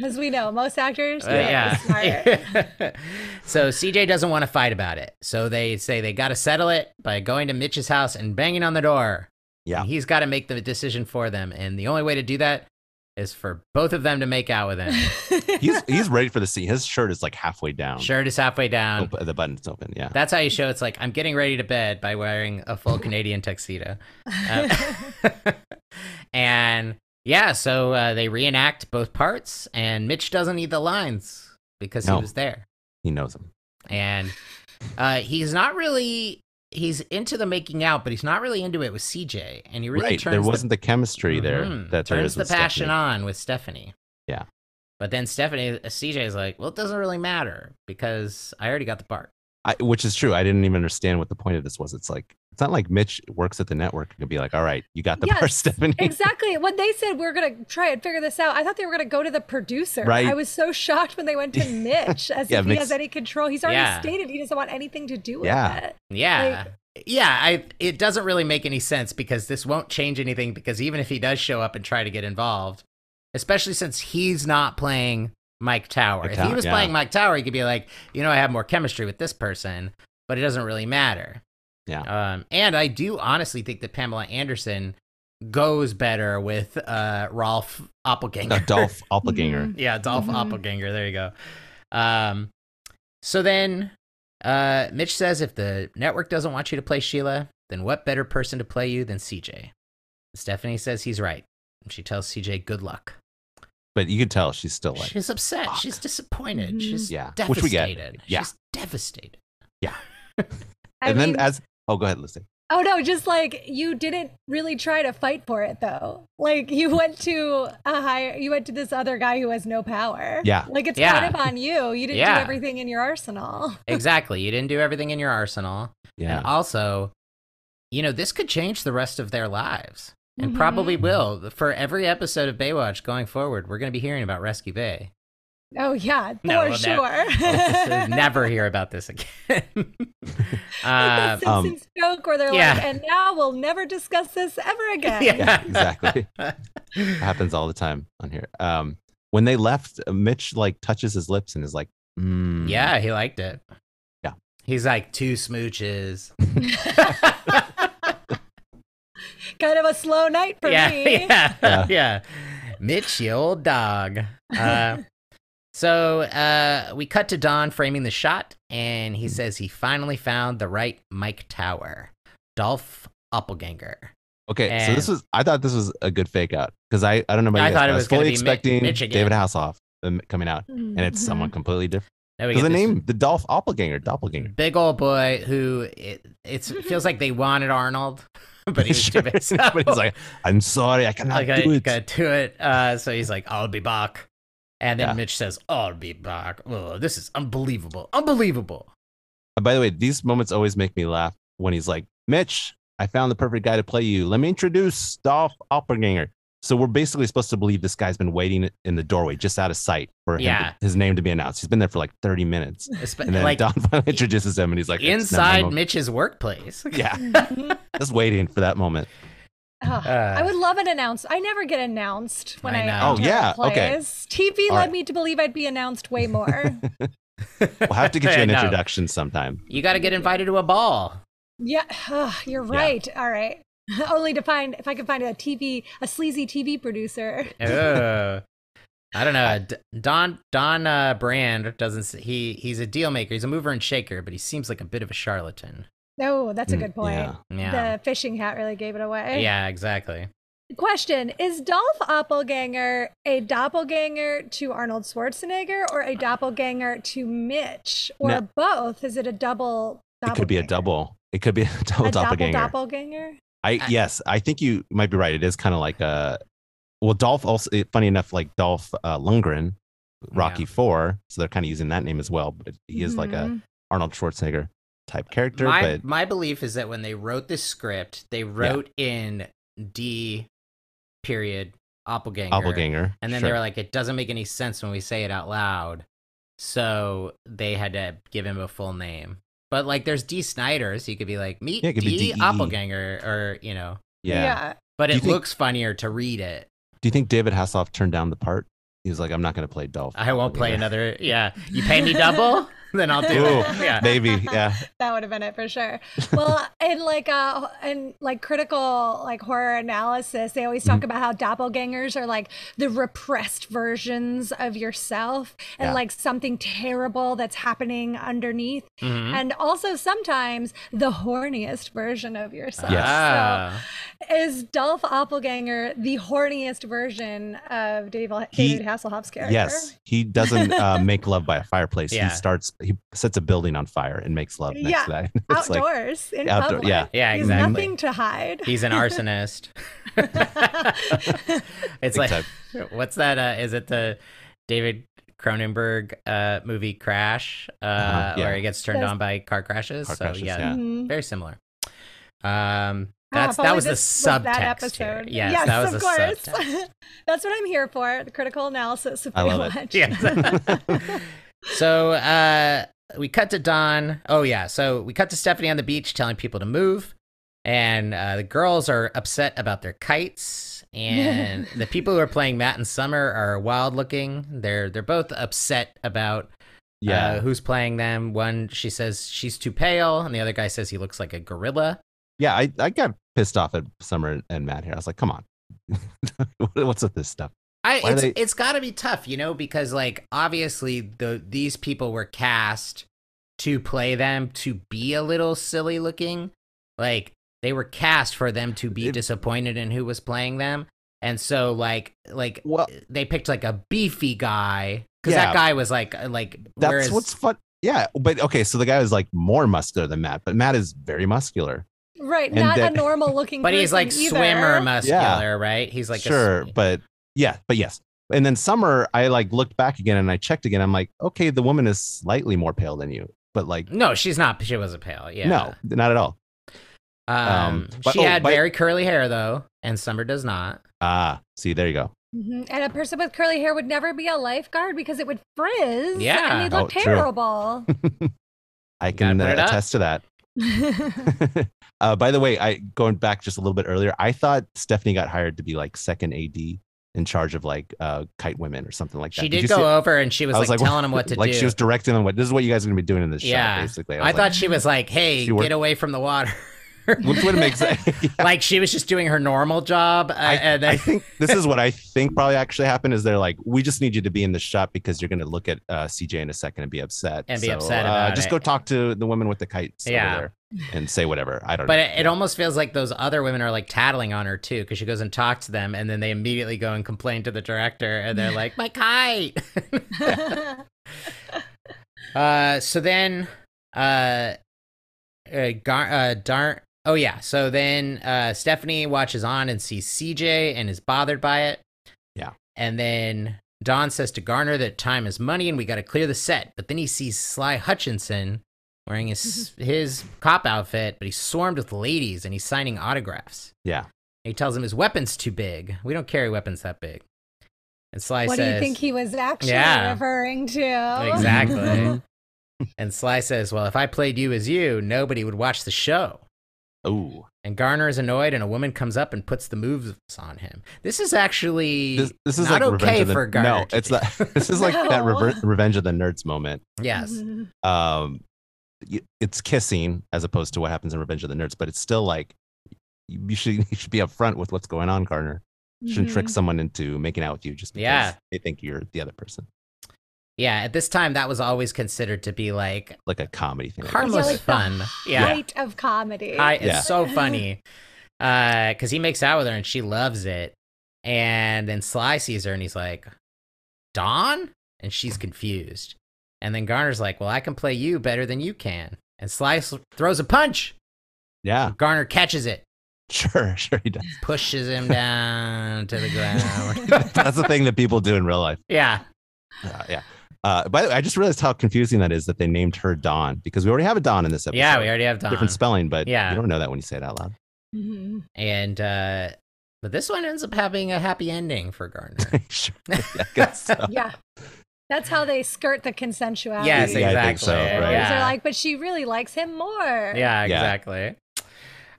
As we know, most actors
Uh,
yeah,
yeah. so CJ doesn't want to fight about it. So they say they got to settle it by going to Mitch's house and banging on the door.
Yeah.
And he's got to make the decision for them. And the only way to do that is for both of them to make out with him.
He's he's ready for the scene. His shirt is like halfway down.
Shirt is halfway down.
Op- the button's open. Yeah.
That's how you show it's like, I'm getting ready to bed by wearing a full Canadian tuxedo. Uh, and yeah, so uh, they reenact both parts. And Mitch doesn't need the lines because
No.
he was there.
He knows him.
and uh, he's not really he's into the making out, but he's not really into it with CJ, and he really
right.
turns
There wasn't
the,
the, chemistry there
Mhm.
that there
turns
is
the
with
passion
Stephanie.
on with Stephanie.
Yeah.
but then Stephanie uh, CJ is like, well, it doesn't really matter because I already got the part.
I, which is true. I didn't even understand what the point of this was. It's like it's not like Mitch works at the network and could be like, "All right, you got the part,
Yes,
Stephanie."
exactly. When they said we're gonna try and figure this out, I thought they were gonna go to the producer.
Right.
I was so shocked when they went to Mitch as
Yeah,
if he
mix-
has any control. He's already
Yeah.
stated he doesn't want anything to do with
Yeah.
it.
Yeah. yeah, I it doesn't really make any sense because this won't change anything because even if he does show up and try to get involved, especially since he's not playing Mike Tower.
Mike
if
Tower,
he was
yeah.
playing Mike Tower, he could be like, you know, I have more chemistry with this person, but it doesn't really matter.
Yeah.
Um, and I do honestly think that Pamela Anderson goes better with uh, Rolf Oppelganger.
Adolf Oppelganger.
yeah, Dolph
Mhm.
Oppelganger. There you go. Um, so then uh, Mitch says if the network doesn't want you to play Sheila, then what better person to play you than CJ? Stephanie says he's right. And She tells CJ good luck.
But you could tell she's still like,
She's upset.
fuck.
She's disappointed.
Mhm.
She's
Yeah, which we get.
devastated.
Yeah.
She's devastated.
I
and
mean-
then as oh, go ahead, listen.
Oh no, just like you didn't really try to fight for it though. Like you went to a higher you went to this other guy who has no power.
Yeah.
Like it's
Yeah.
kind of on you. You didn't
Yeah.
do everything in your arsenal.
Exactly. You didn't do everything in your arsenal.
Yeah,
And also, you know, this could change the rest of their lives. And
Mhm.
probably will. For every episode of Baywatch going forward, we're going to be hearing about Rescue Bay.
Oh yeah, for
No, well,
sure.
We'll never hear about this again.
Like
uh,
the
Um,
Simpsons joke where they're
yeah.
like, and now we'll never discuss this ever again.
yeah, exactly. It happens all the time on here. Um, when they left, uh, Mitch like touches his lips and is like, mm,
Yeah, he liked it.
Yeah.
He's like two smooches.
Kind of a slow night for
yeah,
me.
Yeah, yeah,
Yeah.
Mitch, you old dog. Uh, so uh, we cut to Don framing the shot, and he says he finally found the right Mike Tower, Dolph Oppelganger.
Okay, so this
And-
was I thought this was a good fake out because I I don't know about
I
you guys,
thought
but
it
I
was
was
gonna be
fully
Mi-
expecting
Mitch again. Mm-hmm.
David Hasselhoff um, coming out, and it's someone completely different.
Now we
Because
get
the
this
name, the Dolph Oppelganger, Doppelganger.
big old boy who it it's, it feels like they wanted Arnold, but he was too big. So.
but he's like, I'm sorry, I cannot
like, I
do it.
gotta do it. Uh, so he's like, I'll be back. And then
Yeah.
Mitch says, I'll be back. Oh, this is unbelievable. Unbelievable.
Uh, By the way, these moments always make me laugh when he's like, Mitch, I found the perfect guy to play you. Let me introduce Dolph Oppelganger. So we're basically supposed to believe this guy's been waiting in the doorway, just out of sight, for him to-
Yeah.
his name to be announced. He's been there for like 30 minutes,
Espe-
and then
like
Don finally introduces him, and he's like, "It's not my
inside
moment."
Mitch's workplace.
Yeah,
Mhm.
just waiting for that moment.
Ah,
Uh,
I would love an announce. I never get announced when
I
I,
know.
enter
Oh, yeah,
plays.
okay.
TV
All
led
right.
me to believe I'd be announced way more.
We'll have to get you an
No.
introduction sometime.
You got to get invited to a ball.
yeah, ah, you're
Yeah.
right. All right. Only to find if I could find a TV, a sleazy TV producer.
Oh. I don't know. D- Don Don uh, Brand doesn't. s- He he's a deal maker. He's a mover and shaker, but he seems like a bit of a charlatan.
Oh, that's a
Mm,
good point.
yeah.
Yeah.
The fishing hat really gave it away.
yeah. Exactly.
Question Is Dolph Oppelganger a doppelganger to Arnold Schwarzenegger or a doppelganger to Mitch or
Uh. No.
both? Is it a double?
It could be a
doppelganger?
double. It could be a double
A double
doppelganger.
doppelganger?
I
I-
yes, I think you might be right. It is kind of like uh well, Dolph also. it- Funny enough, like Dolph uh, Lundgren, Rocky
Yeah. Mm-hmm.
Four. So they're kind of using that name as well. But he is like
Mm-hmm.
a Arnold Schwarzenegger type character.
my
but
my belief is that when they wrote this script, they wrote in D period Oppelganger,
Doppelganger.
and then they were like, it doesn't make any sense when we say it out loud, so they had to give him a full name. But like, there's D Snyder, so you could be like, meet
Yeah, it could be
D
DEE.
Oppelganger, or you know.
yeah.
But
Do you
it
think-
looks funnier to read it.
Do you think David Hasselhoff turned down the part? He was like, I'm not going to play Dolph.
I won't play
Doppelganger."
another. Yeah, you pay me double, then I'll do it.
Ooh.
Yeah.
Maybe, yeah.
that would have been it for sure. Well, in like uh in like critical like horror analysis, they always
Mm-hmm.
talk about how doppelgangers are like the repressed versions of yourself and
Yeah.
like something terrible that's happening underneath.
Mhm.
Mm-hmm.
And also sometimes the horniest version of yourself.
Yes.
So
Ah.
is Dolph Oppelganger the horniest version of David,
He-
David Hasselhoff's character?
Yes, he doesn't uh, make love by a fireplace.
Yeah.
He starts. He sets a building on fire and makes love next
Yeah.
to that. It's like-
Outdoors in
Outdoor-
public.
yeah.
Yeah,
He's
exactly.
nothing to hide.
He's an arsonist. it's
Big
like
time.
what's that? Uh, is it the David Cronenberg uh, movie Crash, uh,
Uh-huh, yeah.
where he gets turned
That's-
on by car crashes?
Car
so
crashes,
yeah,
yeah.
Mhm.
very similar. Um,
Ah,
that's
if
that
only
was the
this
subtext.
that
here.
episode.
Yes, that was
of
the subtext.
course. That's what I'm here for, the critical analysis of
I love
Baywatch.
Yes. so uh, we cut to Don. Oh yeah, so we cut to Stephanie on the beach telling people to move, and uh, the girls are upset about their kites. and the people who are playing Matt and Summer are wild looking. They're they're both upset about
Yeah.
uh, who's playing them. One she says she's too pale, and the other guy says he looks like a gorilla.
yeah. I, I got pissed off at Summer and Matt here. I was like, come on. What's with this stuff?
I
Why are
it's
they-
it's got to be tough, you know, because like obviously the these people were cast to play them to be a little silly looking. Like they were cast for them to be
It-
disappointed in who was playing them. And so like like
Well,
they picked like a beefy guy cuz that
Yeah.
guy was like uh, like
that's
whereas,
what's fun. Yeah. But okay. So the guy was like more muscular than Matt, but Matt is very muscular.
Right,
And
not
that-
a normal looking.
but he's like
person
swimmer
either.
muscular, right? He's like a s-
sure. but yeah. But yes. And then Summer, I like looked back again and I checked again. I'm like, okay, the woman is slightly more pale than you, but like,
no, she's not. She wasn't pale. Yeah.
no, not at all.
Um,
Um, but-
she
oh,
had
but-
very curly hair though, and Summer does not.
Ah, see, there you go.
Mhm. And a person with curly hair would never be a lifeguard because it would frizz.
Yeah.
and they'd look
Oh, true.
terrible.
I
gotta
can
put
uh,
it up.
attest to that. uh, by the way, I going back just a little bit earlier, I thought Stephanie got hired to be like second AD in charge of like uh, kite women or something like that.
She did,
you
go
see it?
over and she was,
I was
like,
like,
telling him what to
like
do.
she was directing them what this is what you guys are gonna be doing in this
Yeah.
show, basically.
I,
was
thought she was like, hey,
She worked-
get away from the water.
like, which would make sense.
like she was just doing her normal job. Uh,
I,
and then,
I think this is what I think probably actually happened is they're like, we just need you to be in the shop because you're gonna look at uh, CJ in a second and be upset
And be
So,
upset
uh,
about
just
it.
go talk to the woman with the kites
Yeah.
over there and say whatever. I don't
but
know.
it, it almost feels like those other women are like tattling on her too, because she goes and talks to them and then they immediately go and complain to the director and they're like, my kite. Uh, so then, uh, uh, Gar- uh Darn. Oh yeah. So then, uh, Stephanie watches on and sees CJ and is bothered by it.
Yeah.
And then Don says to Garner that time is money and we got to clear the set. But then he sees Sly Hutchinson wearing his
Mm-hmm.
his cop outfit, but he's swarmed with ladies and he's signing autographs.
yeah.
And he tells him his weapon's too big. We don't carry weapons that big. And Sly
what do
says,
you think he was actually
Yeah.
referring to?
Exactly.
Mhm.
And Sly says, Well, if I played you as you, nobody would watch the show.
Ooh.
And Garner is annoyed, and a woman comes up and puts the moves on him. This is actually
this, this is
not
like Revenge
okay
of the,
for Garner.
No,
to
it's
do.
not. This is like that
No.
rever- Revenge of the Nerds moment.
Mm-hmm.
yes.
Um, y- it's kissing as opposed to what happens in Revenge of the Nerds, but it's still like you you should you should be upfront with what's going on, Garner. You shouldn't
Mm-hmm.
trick someone into making out with you just because
Mm-hmm. Yeah.
they think you're the other person.
Yeah. At this time, that was always considered to be like
Like a comedy thing. I guess.
harmless
Yeah, like the
fun. Yeah.
Height of comedy.
I, it's
Yeah.
so funny. Because he makes out with her, and she loves it. And then Sly sees her, and he's like, Dawn? And she's confused. And then Garner's like, Well, I can play you better than you can. And Sly s- throws a punch.
Yeah,
Garner catches it,
sure, sure he does.
pushes him down to the ground.
That's the thing that people do in real life.
Yeah.
Uh, yeah. Uh, by the way, I just realized how confusing that is that they named her Dawn because we already have a Dawn in this episode.
Yeah, we already have Don.
different spelling, but
Yeah.
you don't know that when you say it out loud.
Mhm.
and uh but this one ends up having a happy ending for Garner.
sure. Yeah, I guess so.
Yeah. That's how they skirt the consensuality.
yes,
Yeah,
exactly.
I think so, right.
Because They're
Yeah.
like, but she really likes him more.
yeah,
Yeah.
exactly.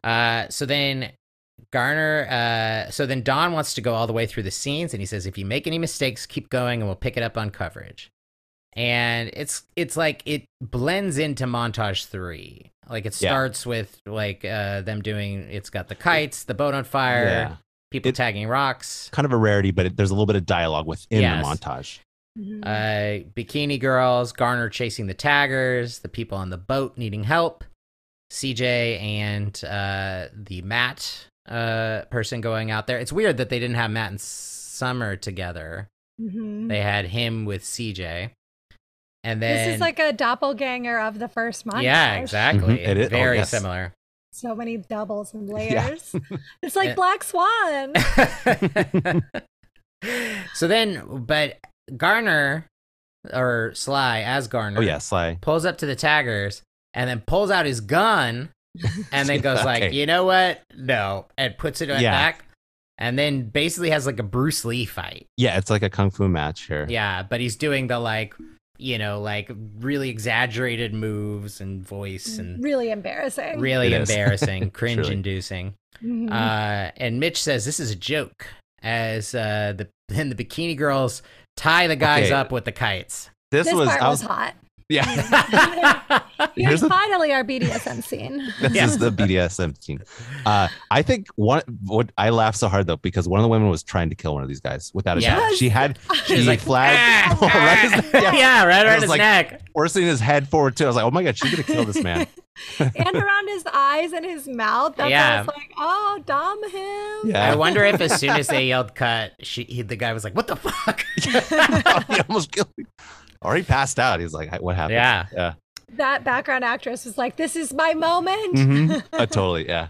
Uh so then Garner uh so then Don wants to go all the way through the scenes and he says if you make any mistakes, keep going and we'll pick it up on coverage. And it's it's like it blends into montage 3. Like it
Yeah.
starts with like uh them doing it's got the kites, the boat on fire,
Yeah.
people
It-
tagging rocks.
Kind of a rarity, but it, there's a little bit of dialogue within
Yes.
the montage.
Mhm.
Uh, bikini girls, Garner chasing the taggers, the people on the boat needing help, CJ and uh, the Matt uh, person going out there. It's weird that they didn't have Matt and Summer together.
Mhm.
They had him with CJ, and then
This is like a doppelganger of the first montage.
yeah, exactly,
Mhm, it is- oh,
very
yes.
similar.
So many doubles and
Yeah.
layers. It's like
Yeah.
Black Swan.
so then, but Garner or Sly as Garner,
Oh yeah, Sly.
pulls up to the taggers and then pulls out his gun and then goes like,
Okay.
you know what? No, and puts it
Yeah.
back. And then basically has like a Bruce Lee fight.
Yeah, it's like a kung fu match here.
Yeah, but he's doing the like, you know, like really exaggerated moves and voice and
really embarrassing.
really
It is.
embarrassing,
Truly.
cringe inducing.
Mhm.
Uh, and Mitch says, This is a joke. as uh, the and the bikini girls tie the guys
Okay.
up with the kites.
This,
This,
was,
part
I
was,
was
hot.
yeah.
Here's
Here's the-
finally our BDSM scene.
This
Yeah.
is the BDSM scene. Uh, I think one. What I laughed so hard though because one of the women was trying to kill one of these guys without a
Yeah.
doubt. She had
She's
He
like
flagged-
"Ah,
Oh, right
ah."
his neck.
yeah, right
I
around
was
his
like-
neck.
horsing his head forward too. I was like, oh my god, she's gonna kill this man.
and around his eyes and his mouth. That's yeah.
Yeah.
I was like, oh, dom him.
Yeah.
I wonder if as soon as they yelled "cut," she he, the guy was like, "What the fuck?"
he almost killed me. Or he passed out. He's like, what happened?
yeah,
Yeah.
That background actress was like, this is my moment.
Mhm. Uh, totally. Yeah.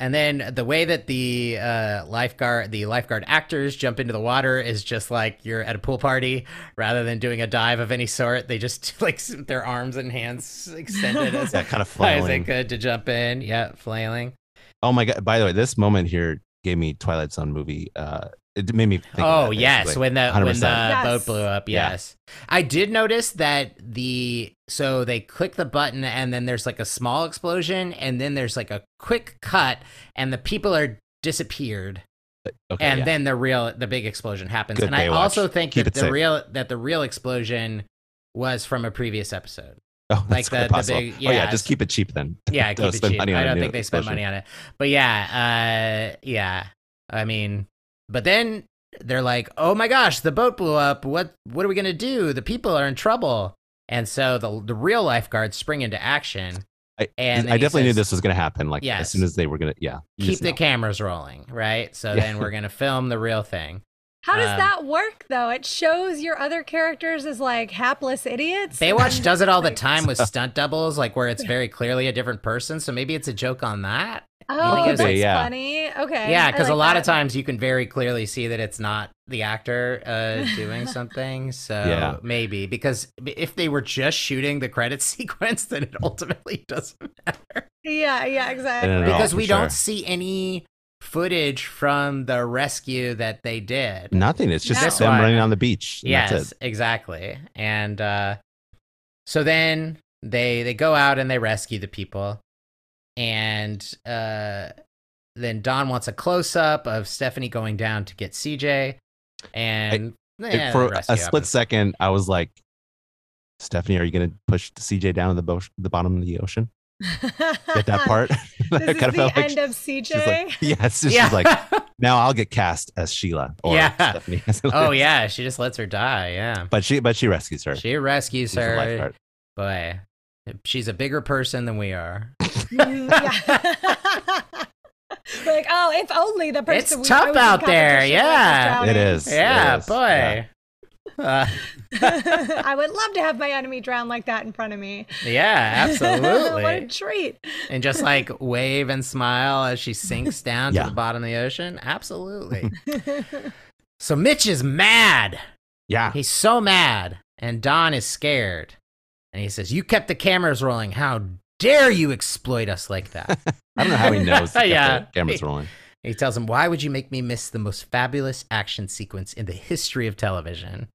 and then the way that the uh, lifeguard the lifeguard actors jump into the water is just like you're at a pool party rather than doing a dive of any sort. They just like s- their arms and hands extended as
That kind of
high as they
flailing.
could to jump in. Yeah, flailing.
Oh my god. By the way, this moment here gave me Twilight Zone movie. Uh, it made me. Think of
Oh
that,
yes,
basically.
when the when
100%.
the
Yes.
boat blew up.
Yeah.
Yes, I did notice that the so they click the button and then there's like a small explosion and then there's like a quick cut and the people are disappeared
Okay,
and
yeah.
then the real the big explosion happens
Good
and I
Baywatch.
also think
Keep
that
it
the
safe.
real that the real explosion was from a previous episode.
oh,
like
that's
the-
quite
the
possible.
big-
oh
yeah,
yeah, just keep it cheap then.
Yeah,
Don't
keep it
spend
cheap. I
money on a
don't
new
think they spent
explosion.
money on it. But yeah, uh, yeah. I mean, but then they're like, "Oh my gosh, the boat blew up. What what are we going to do? The people are in trouble." And so the the real lifeguards spring into action.
I-
and then
I
he
definitely
says-
knew this was gonna happen. Like
Yes.
as soon as they were gonna, yeah. you
Keep
just
the
know.
cameras rolling, right? So
Yeah.
then we're going to film the real thing.
How does
Um,
that work, though? It shows your other characters as like hapless idiots.
Baywatch does it all the time with stunt doubles, like where it's very clearly a different person. So maybe it's a joke on that.
Oh,
Could be,
that's
yeah.
funny. Okay.
yeah
I
because a
like
lot of
that.
times you can very clearly see that it's not the actor uh, doing something so
Yeah.
maybe because if they were just shooting the credit sequence then it ultimately doesn't matter
Yeah, yeah, exactly.
No, no, no,
because
for
we
sure.
don't see any footage from the rescue that they did
Nothing. It's just
That's
them
why-
running on the beach. and
yes
That's it.
exactly and uh, so then they they go out and they rescue the people and uh, then don wants a close-up of stephanie going down to get cj and
It-
yeah,
for
the
a
rescue
split
happens.
second, I was like, Stephanie, are you going to push CJ down to the, bo- the bottom of the ocean? Get that part?
this
I
is
kinda
the
felt like
end
she-
of
she's
CJ.
like, yeah, it's just,
yeah.
she's like, now I'll get cast as Sheila or
Yeah.
Stephanie.
oh yeah she just lets her die yeah
But she, but she rescues her.
she rescues
She's a
her
lifeguard.
boy she's a bigger person than we are
Mm, yeah. like, oh, if only the person.
It's
we
tough
chose in
out there,
competition
yeah.
wasn't
It
drowning.
is.
yeah
it is.
boy Uh,
I would love to have my enemy drown like that in front of me.
yeah absolutely
what a treat.
and just like wave and smile as she sinks down
Yeah.
to the bottom of the ocean. Absolutely. so Mitch is mad.
Yeah.
He's so mad. And Don is scared. And he says, You kept the cameras rolling. How dare you exploit us like that?
I don't know how he knows. that
Yeah.
The camera's rolling.
he tells him, Why would you make me miss the most fabulous action sequence in the history of television?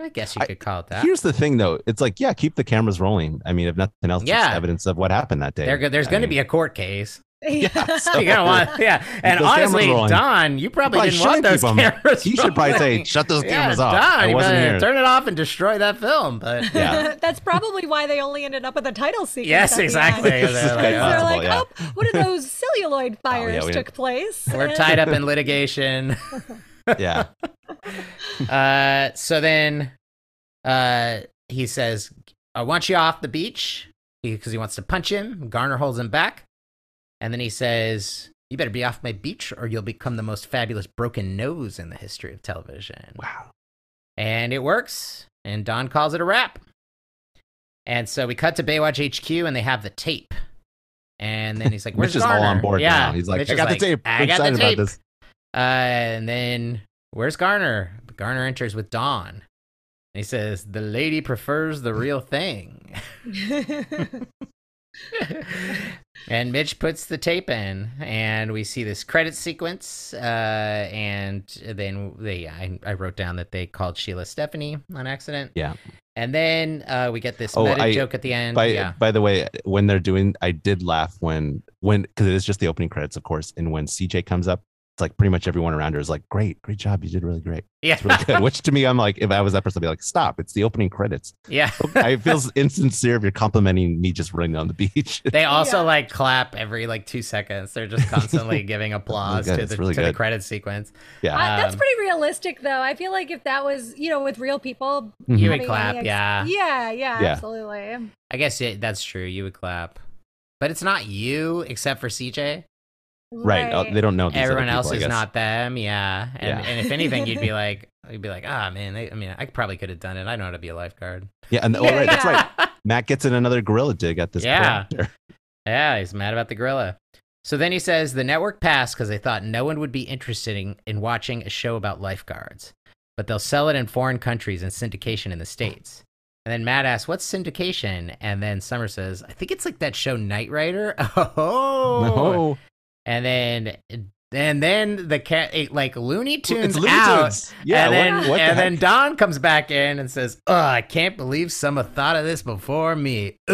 I guess you
I-
could call it that.
Here's the thing, though. It's like, yeah, keep the cameras rolling. I mean, if nothing else,
Yeah.
just evidence of what happened that day.
There go- there's
I
going to
mean,
be a court case.
Yeah, so-
You're gonna want, yeah. And
Those cameras
honestly,
rolling.
Don, you probably,
Probably
didn't want
shouldn't
those
keep 'em.
cameras.
He should probably say,
rolling.
shut those
Yeah,
cameras off.
Don,
I
you
wasn't
better
here.
turn it off and destroy that film. But
Yeah.
That's probably why they only ended up with a title sequence.
yes,
at the
exactly.
end.
This is
They're like,
crazy.
"Oh,
They're
Possible,
like,
yeah.
oh, what are those celluloid fires
we-
took place?
we're
And-
tied up in litigation.
Yeah.
Uh, so then, uh, he says, "I want you off the beach," because he wants to punch him. Garner holds him back, and then he says. You better be off my beach, or you'll become the most fabulous broken nose in the history of television.
Wow.
And it works. And Don calls it a wrap. And so we cut to Baywatch HQ and they have the tape. And then he's like, Where's
Mitch is all
Garner?"
on board
yeah.
now. He's like,
Mitch
"I
is
got the tape.
I
I'm
got
excited
the
about
tape.
this."
Uh, and then, Where's Garner? Garner enters with Don. And he says, The lady prefers the real thing.
Uh,
Um,
and Mitch puts the tape in, and we see this credit sequence. Uh, and then they, I, I wrote down that they called Sheila Stephanie on accident.
Yeah.
And then uh, we get this
Oh,
meta
I-
joke at the end.
by
yeah.
by the way when they're doing i did laugh when when because it is just the opening credits of course and when cj comes up it's like pretty much everyone around her is like, great, great job. You did really great.
Yeah.
It's really good. Which to me, I'm like, if I was that person, I'd be like, stop. It's the opening credits.
yeah.
I feels insincere if you're complimenting me just running on the beach.
They also
Yeah.
like clap every like two seconds. They're just constantly giving applause
good.
to
It's
the
really
to the
good. Mm-hmm.
credit sequence.
Yeah.
I- that's
Um,
pretty realistic, though. I feel like if that was, you know, with real people,
Mm-hmm.
You
having
would
any
clap,
ex-
yeah.
yeah, yeah,
Ah. Yeah.
absolutely.
I guess it, that's true. You would clap, but it's not you except for CJ.
right. Uh, They don't know. These other
Everyone else
people, I
is
guess.
not them. Yeah, and,
Yeah.
and if anything, you'd be like, you'd be like, ah, man. They, I mean, I probably could have done it. I know how to be a lifeguard.
Yeah. And oh,
Yeah,
right, that's
yeah.
right. Matt gets in another gorilla dig at this
Yeah.
character.
Yeah, he's mad about the gorilla. So then he says the network passed because they thought no one would be interested in, in watching a show about lifeguards, but they'll sell it in foreign countries and syndication in the States. And then Matt asks, What's syndication? And then Summer says, I think it's like that show Knight Rider. Oh.
No.
And then. And then the cat, it, like Looney Tunes,
It's Looney
out,
Tunes. Yeah.
and
what-
then,
what, the
and
heck?
then Don comes back in and says, "Ugh, I can't believe someone thought of this before me." Ugh.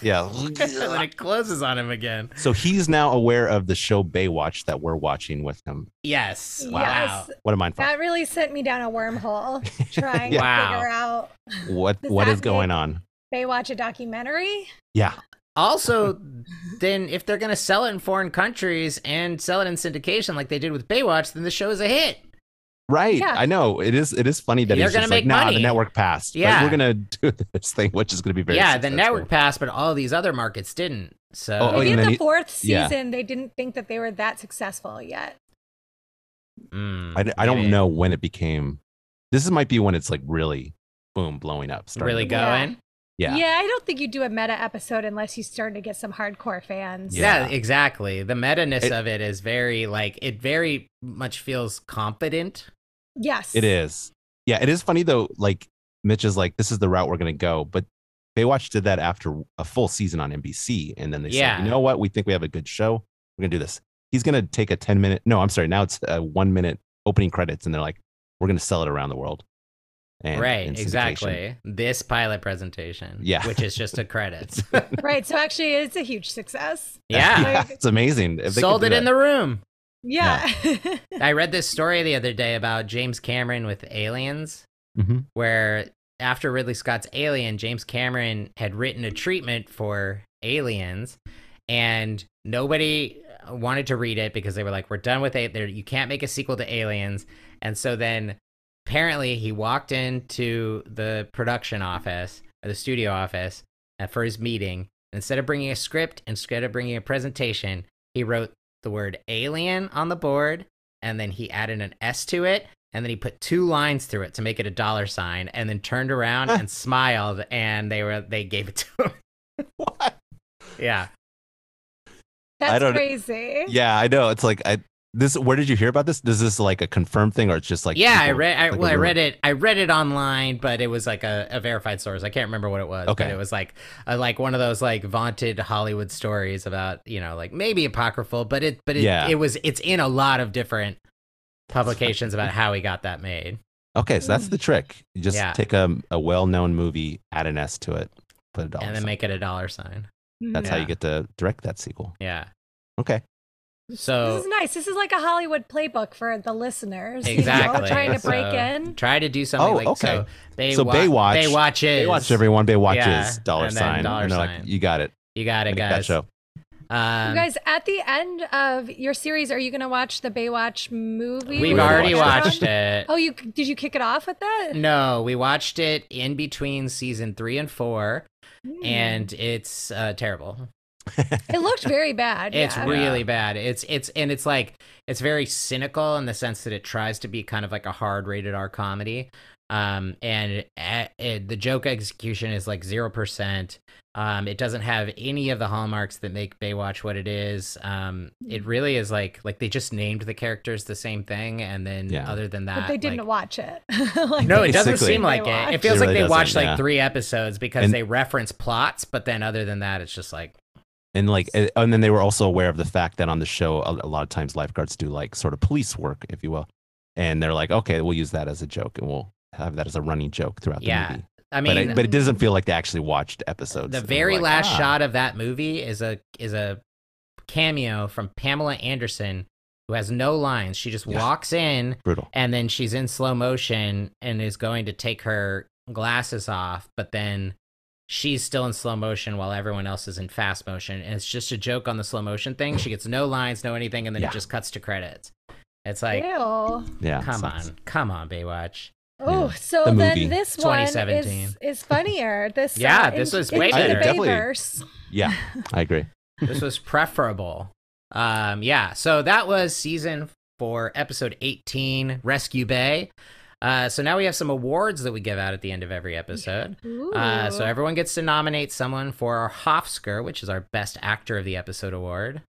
and then
yeah.
it closes on him again.
so he's now aware of the show Baywatch that we're watching with him.
Yes. Wow.
Yes,
What a mindfuck.
that really sent me down a wormhole trying
Wow.
to figure out
What
does
what
that
is going
make-
on?
Baywatch a documentary.
Yeah.
Also, then if they're going to sell it in foreign countries and sell it in syndication like they did with Baywatch, then the show is a hit.
Right.
Yeah.
I know. It is it is funny that
They're
he's
gonna
just
make
like, nah,
money.
the network passed. but
Yeah.
we're gonna do this thing, which is gonna be very
yeah, the
successful.
network passed, but all these other markets didn't. So
Oh,
Maybe
and
in
then
the
he-
fourth
yeah.
season, they didn't think that they were that successful yet.
Mm,
I, d- I don't
maybe.
know when it became this might be when it's like really boom blowing up. starting
Really
to-
go-
going?
Yeah.
yeah, I don't think you do a meta episode unless you start to get some hardcore fans.
Yeah.
Yeah.
exactly. The meta ness
It-
of it is very like it very much feels confident.
Yes,
It is. Yeah, it is funny though, like Mitch is like, this is the route we're gonna go, but Baywatch did that after a full season on NBC, and then they
Yeah.
said, you know what, we think we have a good show. We're gonna do this. He's gonna take a 10 minute, no, I'm sorry, now it's a one minute opening credits, and they're like, we're gonna sell it around the world. And-
right,
and syndication.
exactly. This pilot presentation.
Yeah.
Which is just a credits.
right. So actually, it's a huge success.
yeah.
Like-
it's amazing. If they could
Sold
do
it in
that.
the room.
Yeah,
I read this story the other day about James Cameron with Aliens,
Mhm.
where after Ridley Scott's Alien, James Cameron had written a treatment for aliens, and nobody wanted to read it because they were like, "We're done with it. There, you can't make a sequel to Aliens." And so then, apparently, he walked into the production office or the studio office uh, for his meeting. Instead of bringing a script, instead of bringing a presentation, he wrote the word alien on the board and then he added an S to it and then he put two lines through it to make it a dollar sign and then turned around and smiled and they were they gave it to him.
What?
Yeah.
that's
don't-
crazy.
Yeah, I know. It's like I this. Where did you hear about this? Is this like a confirmed thing, or it's just like
yeah, I
people-
read I,
like a
well, I
rumor?
read it I read it online, but it was like a, a verified source. I can't remember what it was. But
Okay.
it was like a, like one of those like vaunted Hollywood stories about, you know, like maybe apocryphal, but it but it,
Yeah.
it was it's in a lot of different publications about how he got that made.
Okay, so that's the trick. You just
Mm. Yeah.
take a, a well known movie, add an S to it, put a dollar.
and then
sign.
make it a dollar sign.
that's how
Yeah.
you get to direct that sequel.
Yeah.
Okay.
So
This is nice. This is like a Hollywood playbook for the listeners. You
Exactly.
know, trying to break
So-
in.
try to do something
Oh,
like
okay.
so. They
So Baywatch-
Baywatch is
Baywatch, everyone. Baywatch
Yeah,
is dollar
and then
sign.
dollar
and they're
sign.
Like, you got it.
You got it,
Make that
guys.
show.
Um,
you guys, at the end of your series, are you going to watch the Baywatch movie?
we've
We
already watched
watched
it.
Oh, you did you kick it off with that?
No, we watched it in between season three and four,
Hmm.
Mm, and it's uh, terrible.
Mm. it looked very bad.
It's
yeah.
really bad. It's it's and it's like it's very cynical in the sense that it tries to be kind of like a hard rated R comedy. Um, and uh it, the joke execution is like zero percent. Um, it doesn't have any of the hallmarks that make Baywatch what it is. Um, it
Hmm.
really is like like they just named the characters the same thing, and then
Yeah.
other than that,
but they didn't
like-
watch it. Like,
No,
they
it doesn't
Basically.
seem like it. It
watched.
feels
It
like
really
they watched
doesn't,
like
yeah.
three episodes because
And-
they reference plots, but then other than that, it's just like
And like, and and then they were also aware of the fact that on the show, a, a lot of times lifeguards do like sort of police work, if you will. And they're like, okay, we'll use that as a joke, and we'll have that as a running joke throughout the
Yeah.
movie.
I mean,
but, it, but it doesn't feel like they actually watched episodes.
The
And they're
very
like,
last
"Ah."
shot of that movie is a is a cameo from Pamela Anderson who has no lines. She just
Yeah.
walks in
Brutal.
and then she's in slow motion and is going to take her glasses off, but then she's still in slow motion while everyone else is in fast motion. And it's just a joke on the slow motion thing. She gets no lines, no anything, and then
Yeah.
it just cuts to credits. It's like,
Ew.
Yeah. it
come
sucks.
on, come on, Baywatch.
Oh,
Yeah.
so
The
then
movie.
this one
2017.
is, is funnier. This
Yeah,
uh,
this
in-
was way
into the
better.
Definitely.
Bayverse.
Yeah, I agree.
this was preferable. Um, yeah, so that was season four, episode 18, Rescue Bay. Uh, so now we have some awards that we give out at the end of every episode. Uh, so
Ooh.
everyone gets to nominate someone for our Hofsker, which is our Best Actor of the Episode award.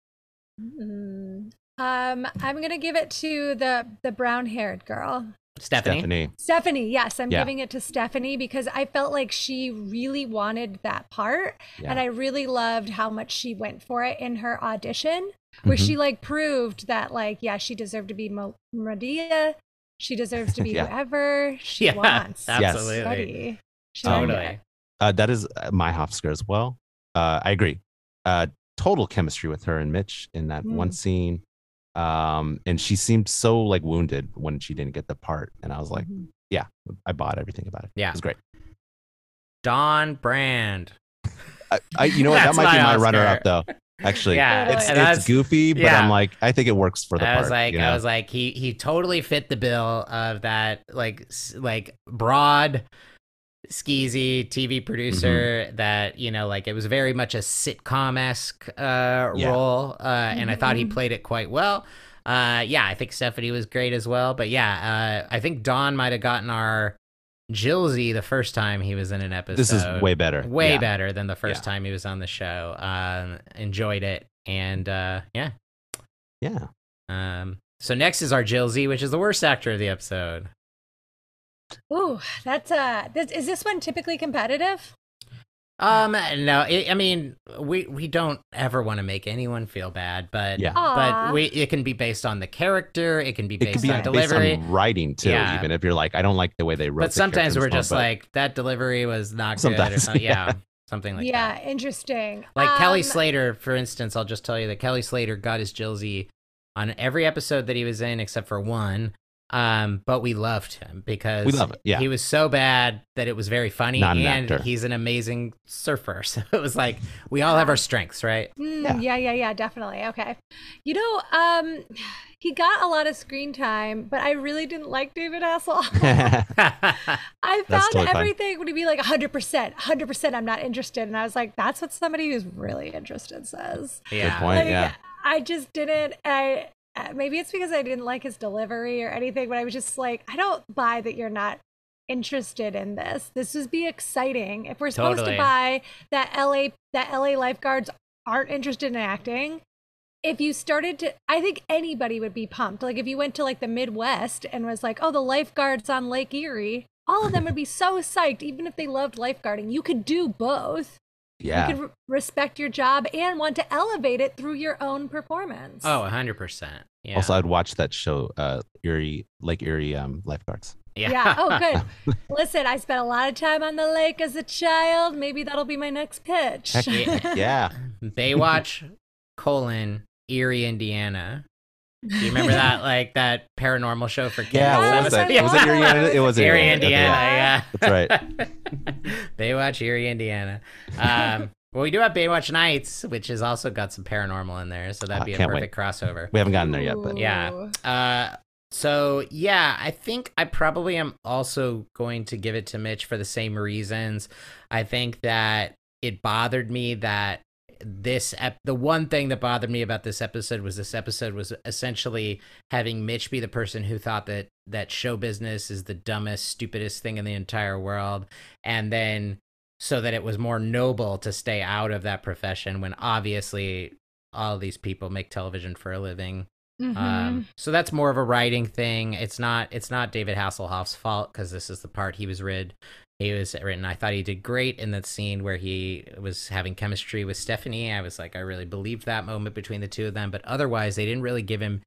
Mm. Um, I'm gonna give it to the the brown haired girl,
Stephanie.
Stephanie.
Stephanie. Yes, I'm
Yeah.
giving it to Stephanie because I felt like she really wanted that part,
Yeah.
and I really loved how much she went for it in her audition, where
Mhm.
Mm-hmm.
she like proved that like yeah, she deserved to be Mo- Medea, she deserves to be
Yeah.
whoever she
Yeah,
wants.
Yes.
absolutely.
Steady. She earned
Totally.
it.
Uh, that is uh, my Hofsker as well. Uh, I agree. Uh, total chemistry with her and Mitch in that one
Mm.
scene. Um, and she seemed so like wounded when she didn't get the part. And I was like,
Mhm.
I bought everything about it.
Yeah.
It was great.
Don Brand.
I, I, you know what? That
That's
might be
my
my runner
Oscar.
up though. Actually,
yeah,
Totally.
it's,
and I was-
it's goofy, but
yeah.
I'm like, I think it works for the
I
part.
was like,
you
I
know?
was like, he he totally fit the bill of that like s- like broad, skeezy TV producer
Mm-hmm.
that you know like it was very much a sitcom esque uh,
Yeah.
role, uh, and I thought he
Mhm.
played it quite well. Uh, yeah, I think Stephanie was great as well, but yeah, uh, I think Don might have gotten our Jilzy the first time he was in an episode
this is way better.
way
Yeah.
better than the first
Yeah.
time he was on the show. Um, enjoyed it, and uh, yeah.
Yeah.
Um, so next is our Jilzy, which is the worst actor of the episode.
Ooh, that's uh, this, is this one typically competitive?
Um, no, it, I mean we we don't ever want to make anyone feel bad, but
Yeah.
but
Aw.
we it can be based on the character, it can be
It could
Oh, based
be
on
based
delivery.
on writing too,
Yeah.
even if you're like, I don't like the way they wrote
but
the
sometimes
characters
we're
and
just
stuff, but-
like that delivery was not good or
Sometimes,
something. Yeah.
yeah.
something like
yeah,
that.
interesting.
Like Kelly
Um,
Slater, for instance, I'll just tell you that Kelly Slater got his Jilzy on every episode that he was in except for one. Um, but we loved him because
we love it. Yeah.
He was so bad that it was very funny,
Not an
and
actor.
he's an amazing surfer. So it was like we all have our strengths, right?
mm,
yeah.
yeah. yeah, yeah, definitely. Okay. You know, um, he got a lot of screen time, but I really didn't like David Hasselhoff.
That's
I found
totally fine.
everything to be like 100%, 100% I'm not interested. And I was like, that's what somebody who's really interested says.
yeah.
Good point.
Like,
Yeah.
I just didn't. I uh, maybe it's because I didn't like his delivery or anything, but I was just like, I don't buy that you're not interested in this. This would be exciting if we're supposed
Totally.
to buy that LA that LA lifeguards aren't interested in acting. If you started to, I think anybody would be pumped. Like if you went to like the Midwest and was like, oh, the lifeguards on Lake Erie. All of them would be so psyched, even if they loved lifeguarding. You could do both
Yeah.
you could re- respect your job and want to elevate it through your own performance.
Oh, hundred percent. Yeah.
Also, I'd watch that show, uh, Erie, Lake Erie um, Lifeguards.
yeah.
yeah. Oh, good. Listen, I spent a lot of time on the lake as a child. Maybe that'll be my next pitch.
Heck, heck yeah.
Baywatch colon Erie, Indiana. Do you remember that like that paranormal show for kids?
Yeah.
Yes,
What was that?
I
It was
love
it Erie, Indiana?
it.
It was
Erie,
Okay, yeah.
Indiana.
That's right.
Yeah. Baywatch, Erie, Indiana. Um, well, we do have Baywatch Nights, which has also got some paranormal in there, so that'd
Ah,
be a
can't wait.
perfect crossover.
We haven't gotten there yet, but
Yeah.
Ooh.
Uh, so yeah, I think I probably am also going to give it to Mitch for the same reasons. I think that it bothered me that this ep- the one thing that bothered me about this episode was this episode was essentially having Mitch be the person who thought that that show business is the dumbest, stupidest thing in the entire world, and then so that it was more noble to stay out of that profession when obviously all these people make television for a living
Mm-hmm.
Mhm.
um, so that's more of a writing thing. It's not it's not David Hasselhoff's fault because this is the part he was rid. He was written. I thought he did great in that scene where he was having chemistry with Stephanie. I was like, I really believed that moment between the two of them. But otherwise, they didn't really give him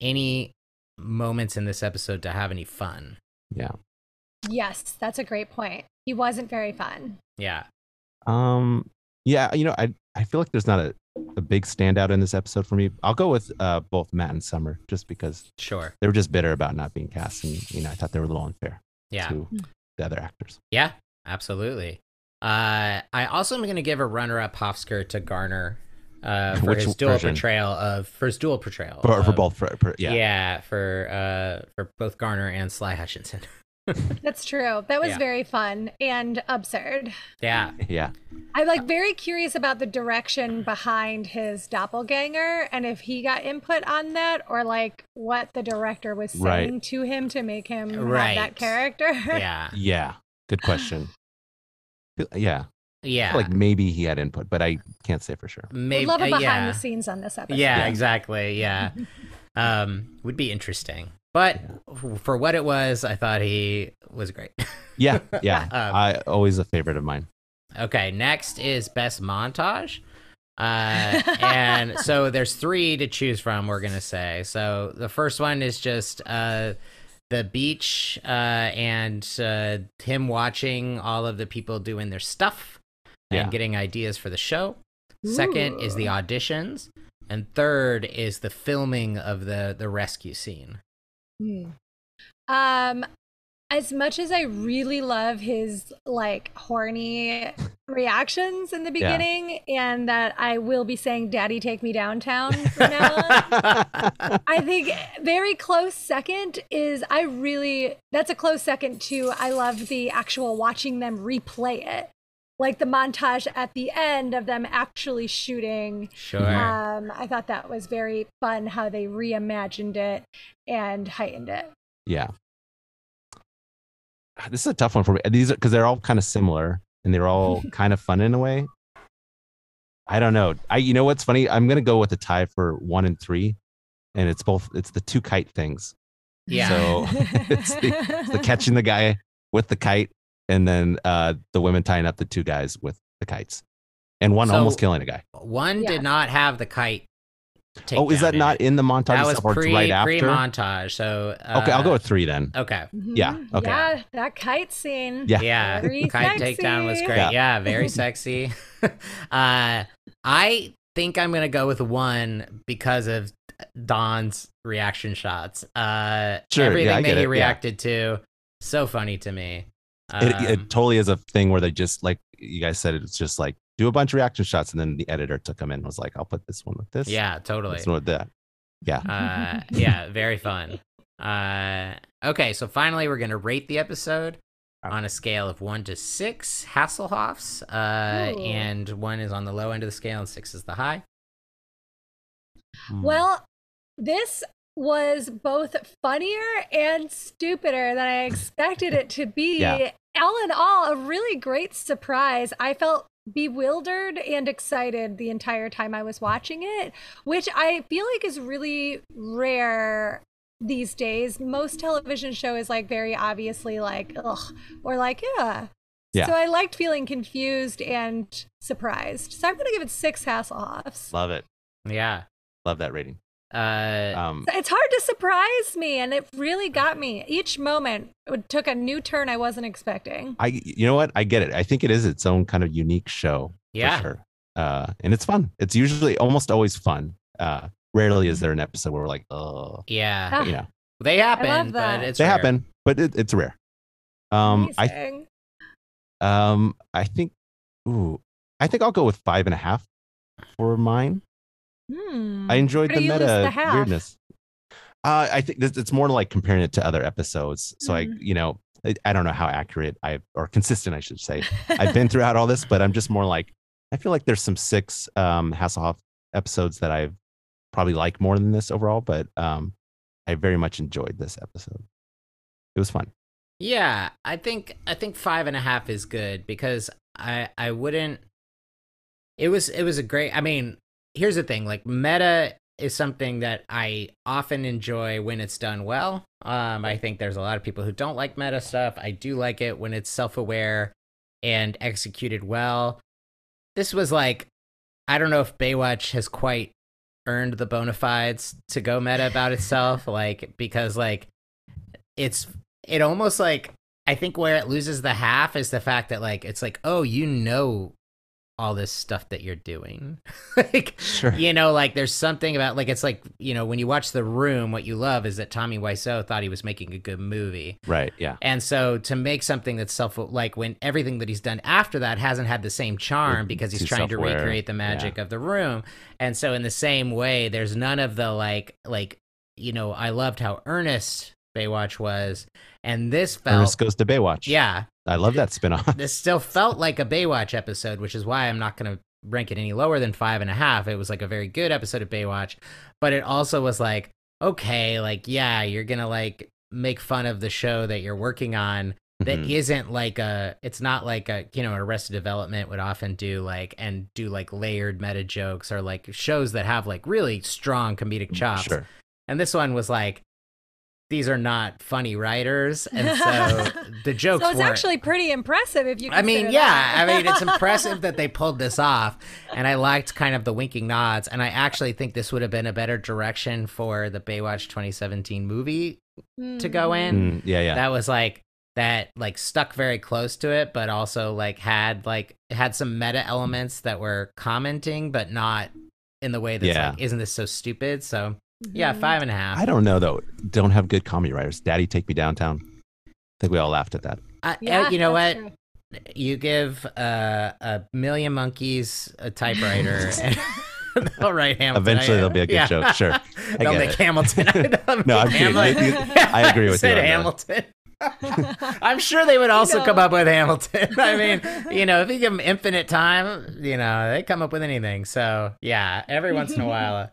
any moments in this episode to have any fun.
yes, that's a great point. He wasn't very fun.
Yeah.
um, Yeah, you know, I I feel like there's not a, a big standout in this episode for me. I'll go with uh, both Matt and Summer just because
Sure.
they were just bitter about not being cast, and you know, I thought they were a little unfair
Yeah.
to the other actors.
Yeah, absolutely. Uh, I also am going to give a runner-up Hofsker to Garner uh, for
Which
his dual
version?
portrayal of for his dual portrayal
For, for
of-
both, for, for-
Yeah.
yeah,
for uh, for both Garner and Sly Hutchinson.
That's true. That was
Yeah.
very fun and absurd.
yeah,
yeah,
I'm like very curious about the direction behind his doppelganger and if he got input on that or like what the director was saying
Right.
to him to make him
Right.
have that character.
yeah,
yeah. Good question. Feel- Yeah, I
yeah.
feel like maybe he had input, but I can't say for sure.
maybe
Would love a behind
uh, yeah.
the scenes on this episode.
yeah,
Yeah.
exactly. Yeah, um, would be interesting. But for what it was, I thought he was great.
Yeah, yeah.
Um,
I always a favorite of mine.
Okay, next is best montage. Uh, and so there's three to choose from, we're going to say. So the first one is just uh, the beach uh, and uh, him watching all of the people doing their stuff
Yeah.
and getting ideas for the show. Second is the auditions. And third is the filming of the, the rescue scene.
Hmm. Um, as much as I really love his like horny reactions in the
Yeah.
beginning, and that I will be saying "Daddy, take me downtown" from now on. I think very close second is I really that's a close second to I love the actual watching them replay it. Like the montage at the end of them actually shooting
Mm-hmm.
Sure.
um, I thought that was very fun how they reimagined it and heightened it.
Yeah. Ah, This is a tough one for me. These are because they're all kind of similar and they're all kind of fun in a way. I don't know. I you know what's funny? I'm gonna go with a tie for one and three, and it's both. It's the two kite things.
yeah.
So it's the, it's the catching the guy with the kite, and then uh, the women tying up the two guys with the kites, and one
So-
almost killing a guy.
one
Yeah.
did not have the kite.
Oh, is
takedown
that
in
not
it.
in the montage?
that was
itself, or it's
pre
right after.
pre montage. So uh,
okay, I'll go with three then.
okay.
Yeah,
Mhm.
okay.
Yeah, that kite scene.
Yeah.
Yeah,
Very
kite takedown was
sexy.
great. Yeah,
Yeah.
very sexy. uh, I think I'm gonna go with one because of Don's reaction shots. Uh,
Sure, yeah,
everything
I
that
get
he
it, yeah.
reacted to, so funny to me.
it,
Um,
it totally is a thing where they just like you guys said it's just like do a bunch of reaction shots and then the editor took them in and was like i'll put this one with this
yeah, totally.
this one with that yeah
uh, yeah, very fun. Uh, okay, so finally, we're gonna rate the episode on a scale of one to six Hasselhoffs, uh,
Ooh.
and one is on the low end of the scale, and six is the high.
Mm.
Hmm.
Well, this was both funnier and stupider than I expected it to be.
Yeah.
All in all, a really great surprise. I felt bewildered and excited the entire time I was watching it, which I feel like is really rare these days. Most television show is like very obviously like ugh or like yeah.
Yeah.
So I liked feeling confused and surprised. So I'm gonna give it six Hasselhoffs.
love it
Yeah.
love that rating
Uh,
um
It's hard to surprise me, and it really got me. Each moment it took a new turn I wasn't expecting.
i you know what i get it i think it is its own kind of unique show
yeah.
for sure uh and it's fun it's usually almost always fun uh rarely is there an episode where we're like oh
Yeah.
you know
They happen, but
Ah, that.
it's
they
rare.
happen but it, it's rare um i
Amazing.
Um, I think, ooh, I think I'll go with five and a half for mine.
Hmm.
I enjoyed
Where
the
do you lose the
meta
half?
weirdness. Uh, I think this, it's more like comparing it to other episodes. So I,
Mhm.
you know, I, I don't know how accurate I or consistent I should say I've been throughout all this, but I'm just more like I feel like there's some six um Hasselhoff episodes that I've probably like more than this overall, but um, I very much enjoyed this episode. It was fun.
Yeah, I think I think five and a half is good because I I wouldn't. It was it was a great. I mean, here's the thing: like meta is something that I often enjoy when it's done well. Um, I think there's a lot of people who don't like meta stuff. I do like it when it's self-aware and executed well. This was like, I don't know if Baywatch has quite earned the bona fides to go meta about itself, like because like it's it almost like I think where it loses the half is the fact that like it's like oh you know all this stuff that you're doing. like
Sure.
you know, like there's something about like it's like, you know, when you watch The Room, what you love is that Tommy Wiseau thought he was making a good movie.
Right. Yeah.
And so to make something that's self like when everything that he's done after that hasn't had the same charm because he's
too
trying to
self-aware.
recreate the magic of the room. And so in the same way, there's none of the like like you know, I loved how earnest Baywatch was. And this felt
Ernest goes to Baywatch.
yeah,
I love that spinoff.
this still felt like a Baywatch episode, which is why I'm not going to rank it any lower than five and a half. It was like a very good episode of Baywatch, but it also was like, okay, like, yeah, you're going to like make fun of the show that you're working on that
Mhm.
not like a, it's not like a, you know, Arrested Development would often do like, and do like layered meta jokes or like shows that have like really strong comedic chops.
Mm, Sure.
And this one was like, these are not funny writers. And so the jokes
so it's
were
actually pretty impressive if you.
I mean,
consider
yeah.
that.
I mean, it's impressive that they pulled this off, and I liked kind of the winking nods. And I actually think this would have been a better direction for the Baywatch 2017 movie. to go in.
Mm, yeah. Yeah.
That was like that, like stuck very close to it, but also like had like had some meta elements that were commenting, but not in the way that's
Yeah.
like, isn't this so stupid? So yeah,
Mhm.
five and a half.
I don't know though. Don't have good comedy writers. Daddy, take me downtown. I think we all laughed at that.
I,
Yeah,
Uh, you know what?
that's true.
You give uh, a million monkeys a typewriter, and they'll write Hamilton.
Eventually
I-
there'll be a good joke, sure.
they'll
get
make
it.
Hamilton. They'll
No, I'm
make
kidding.
Hamlet.
you-
You-
I agree with you
said
on that.
Hamilton. I'm sure they would also
No.
come up with Hamilton. I mean, you know, if you give them infinite time, you know, they come up with anything. So yeah, every once in a while, a,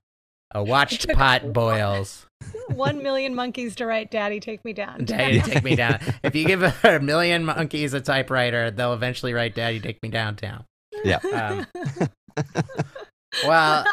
a watched pot boils.
One million monkeys to write "Daddy, Take Me Down."
Daddy, take me down. If you give a million monkeys a typewriter, they'll eventually write "Daddy, take me downtown."
Yeah.
Um, well,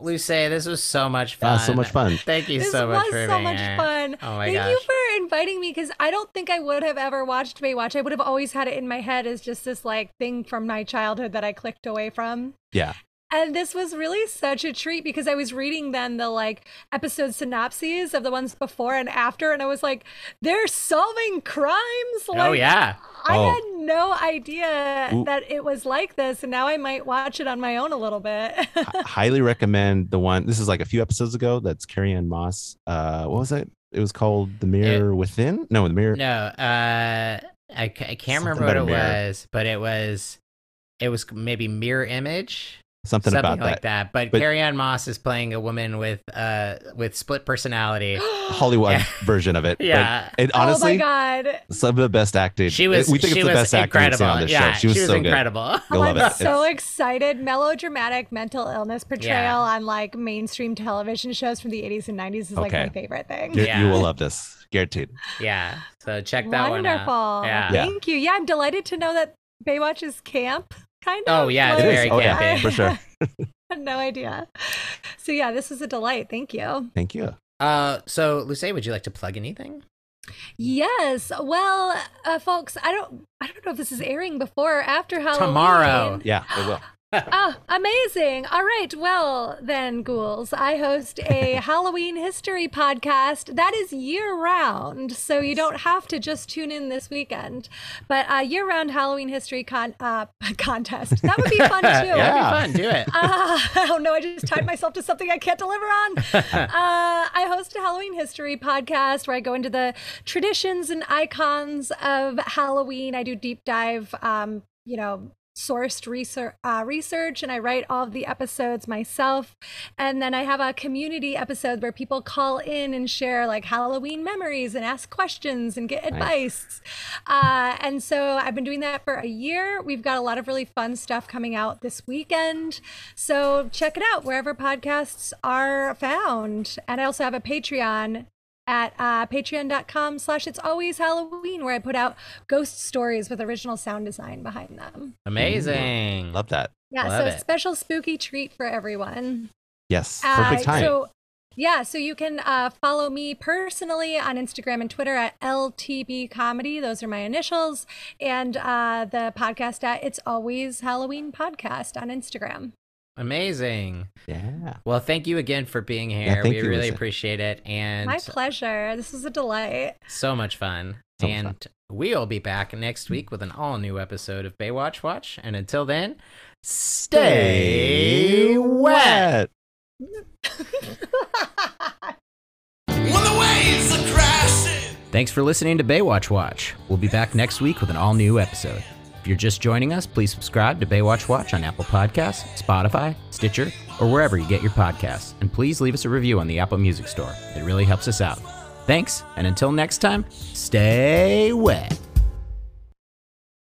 Luce, this was so much fun.
Ah, so much fun.
Thank you
this
so much
was
for
so
being
much
here.
fun.
Oh my
Thank
gosh.
you for inviting me because I don't think I would have ever watched Baywatch. I would have always had it in my head as just this like thing from my childhood that I clicked away from.
Yeah.
And this was really such a treat because I was reading then the like episode synopses of the ones before and after, and I was like, they're solving crimes. Like,
oh yeah.
I
Oh.
had no idea
Ooh.
that it was like this, and now I might watch it on my own a little bit.
I highly recommend the one. This is like a few episodes ago. That's Carrie Ann Moss. Uh, what was it? It was called The Mirror Within. No, The Mirror.
No, uh, I, ca- I can't
Something
remember what
about
it
a mirror.
was, but it was it was maybe mirror image,
something,
something
about
like
that.
that. But,
But-
Carrie Ann Moss is playing a woman with uh with split personality.
Hollywood
Yeah.
version of it. But
yeah.
it honestly,
oh my god.
some of the best acting.
Uh, She was.
We think
she
it's the
was
best acting we've
incredible.
seen on this
yeah,
show. She was, so
incredible.
good. I love
I'm
it.
so excited. Melodramatic mental illness portrayal
Yeah.
on like mainstream television shows from the 80s and 90s is like
Okay.
my favorite thing.
You-
Yeah.
You will love this, guaranteed.
Yeah. So check that
Wonderful.
one out. Yeah.
Yeah.
Thank you. Yeah, I'm delighted to know that Baywatch is camp, kind of.
Oh yeah, it's
It is.
very
Oh, yeah.
campy.
For sure.
I had no idea. So yeah, this is a delight. Thank you.
Thank you.
Uh, so Luce, would you like to plug anything?
Yes. Well, uh, folks, I don't I don't know if this is airing before or after Halloween.
Tomorrow.
Yeah, it will.
Oh, amazing. All right. Well, then, ghouls, I host a Halloween history podcast that is year round. So you don't have to just tune in this weekend. But uh, year round Halloween history con- uh, contest. That would be fun, too.
Yeah. Mm,
That'd be fun. Do it.
Uh, oh no, I just tied myself to something I can't deliver on. Uh, I host a Halloween history podcast where I go into the traditions and icons of Halloween. I do deep dive, um, you know, sourced research, uh, research, and I write all of the episodes myself. And then I have a community episode where people call in and share like Halloween memories and ask questions and get advice. Uh, and so I've been doing that for a year. We've got a lot of really fun stuff coming out this weekend. So check it out wherever podcasts are found. And I also have a Patreon at uh, patreon.com slash it's always halloween where i put out ghost stories with original sound design behind them
Amazing.
Love that.
yeah
Love
so
it.
a special spooky treat for everyone
Yes.
uh,
Perfect time.
So, yeah, so you can uh, follow me personally on Instagram and Twitter at LTB Comedy. Those are my initials. And uh, the podcast at It's Always Halloween Podcast on Instagram.
Amazing.
yeah.
Well, thank you again for being here.
thank
we
you,
really
Lisa.
appreciate it and
my pleasure. This was a delight.
so much fun.
So much
and
fun.
We'll be back next week with an all new episode of Baywatch Watch. And until then, stay wet.
When the waves are crashing.
Thanks for listening to Baywatch Watch. We'll be back next week with an all new episode. If you're just joining us, please subscribe to Baywatch Watch on Apple Podcasts, Spotify, Stitcher, or wherever you get your podcasts. And please leave us a review on the Apple Music Store. It really helps us out. Thanks, and until next time, stay wet.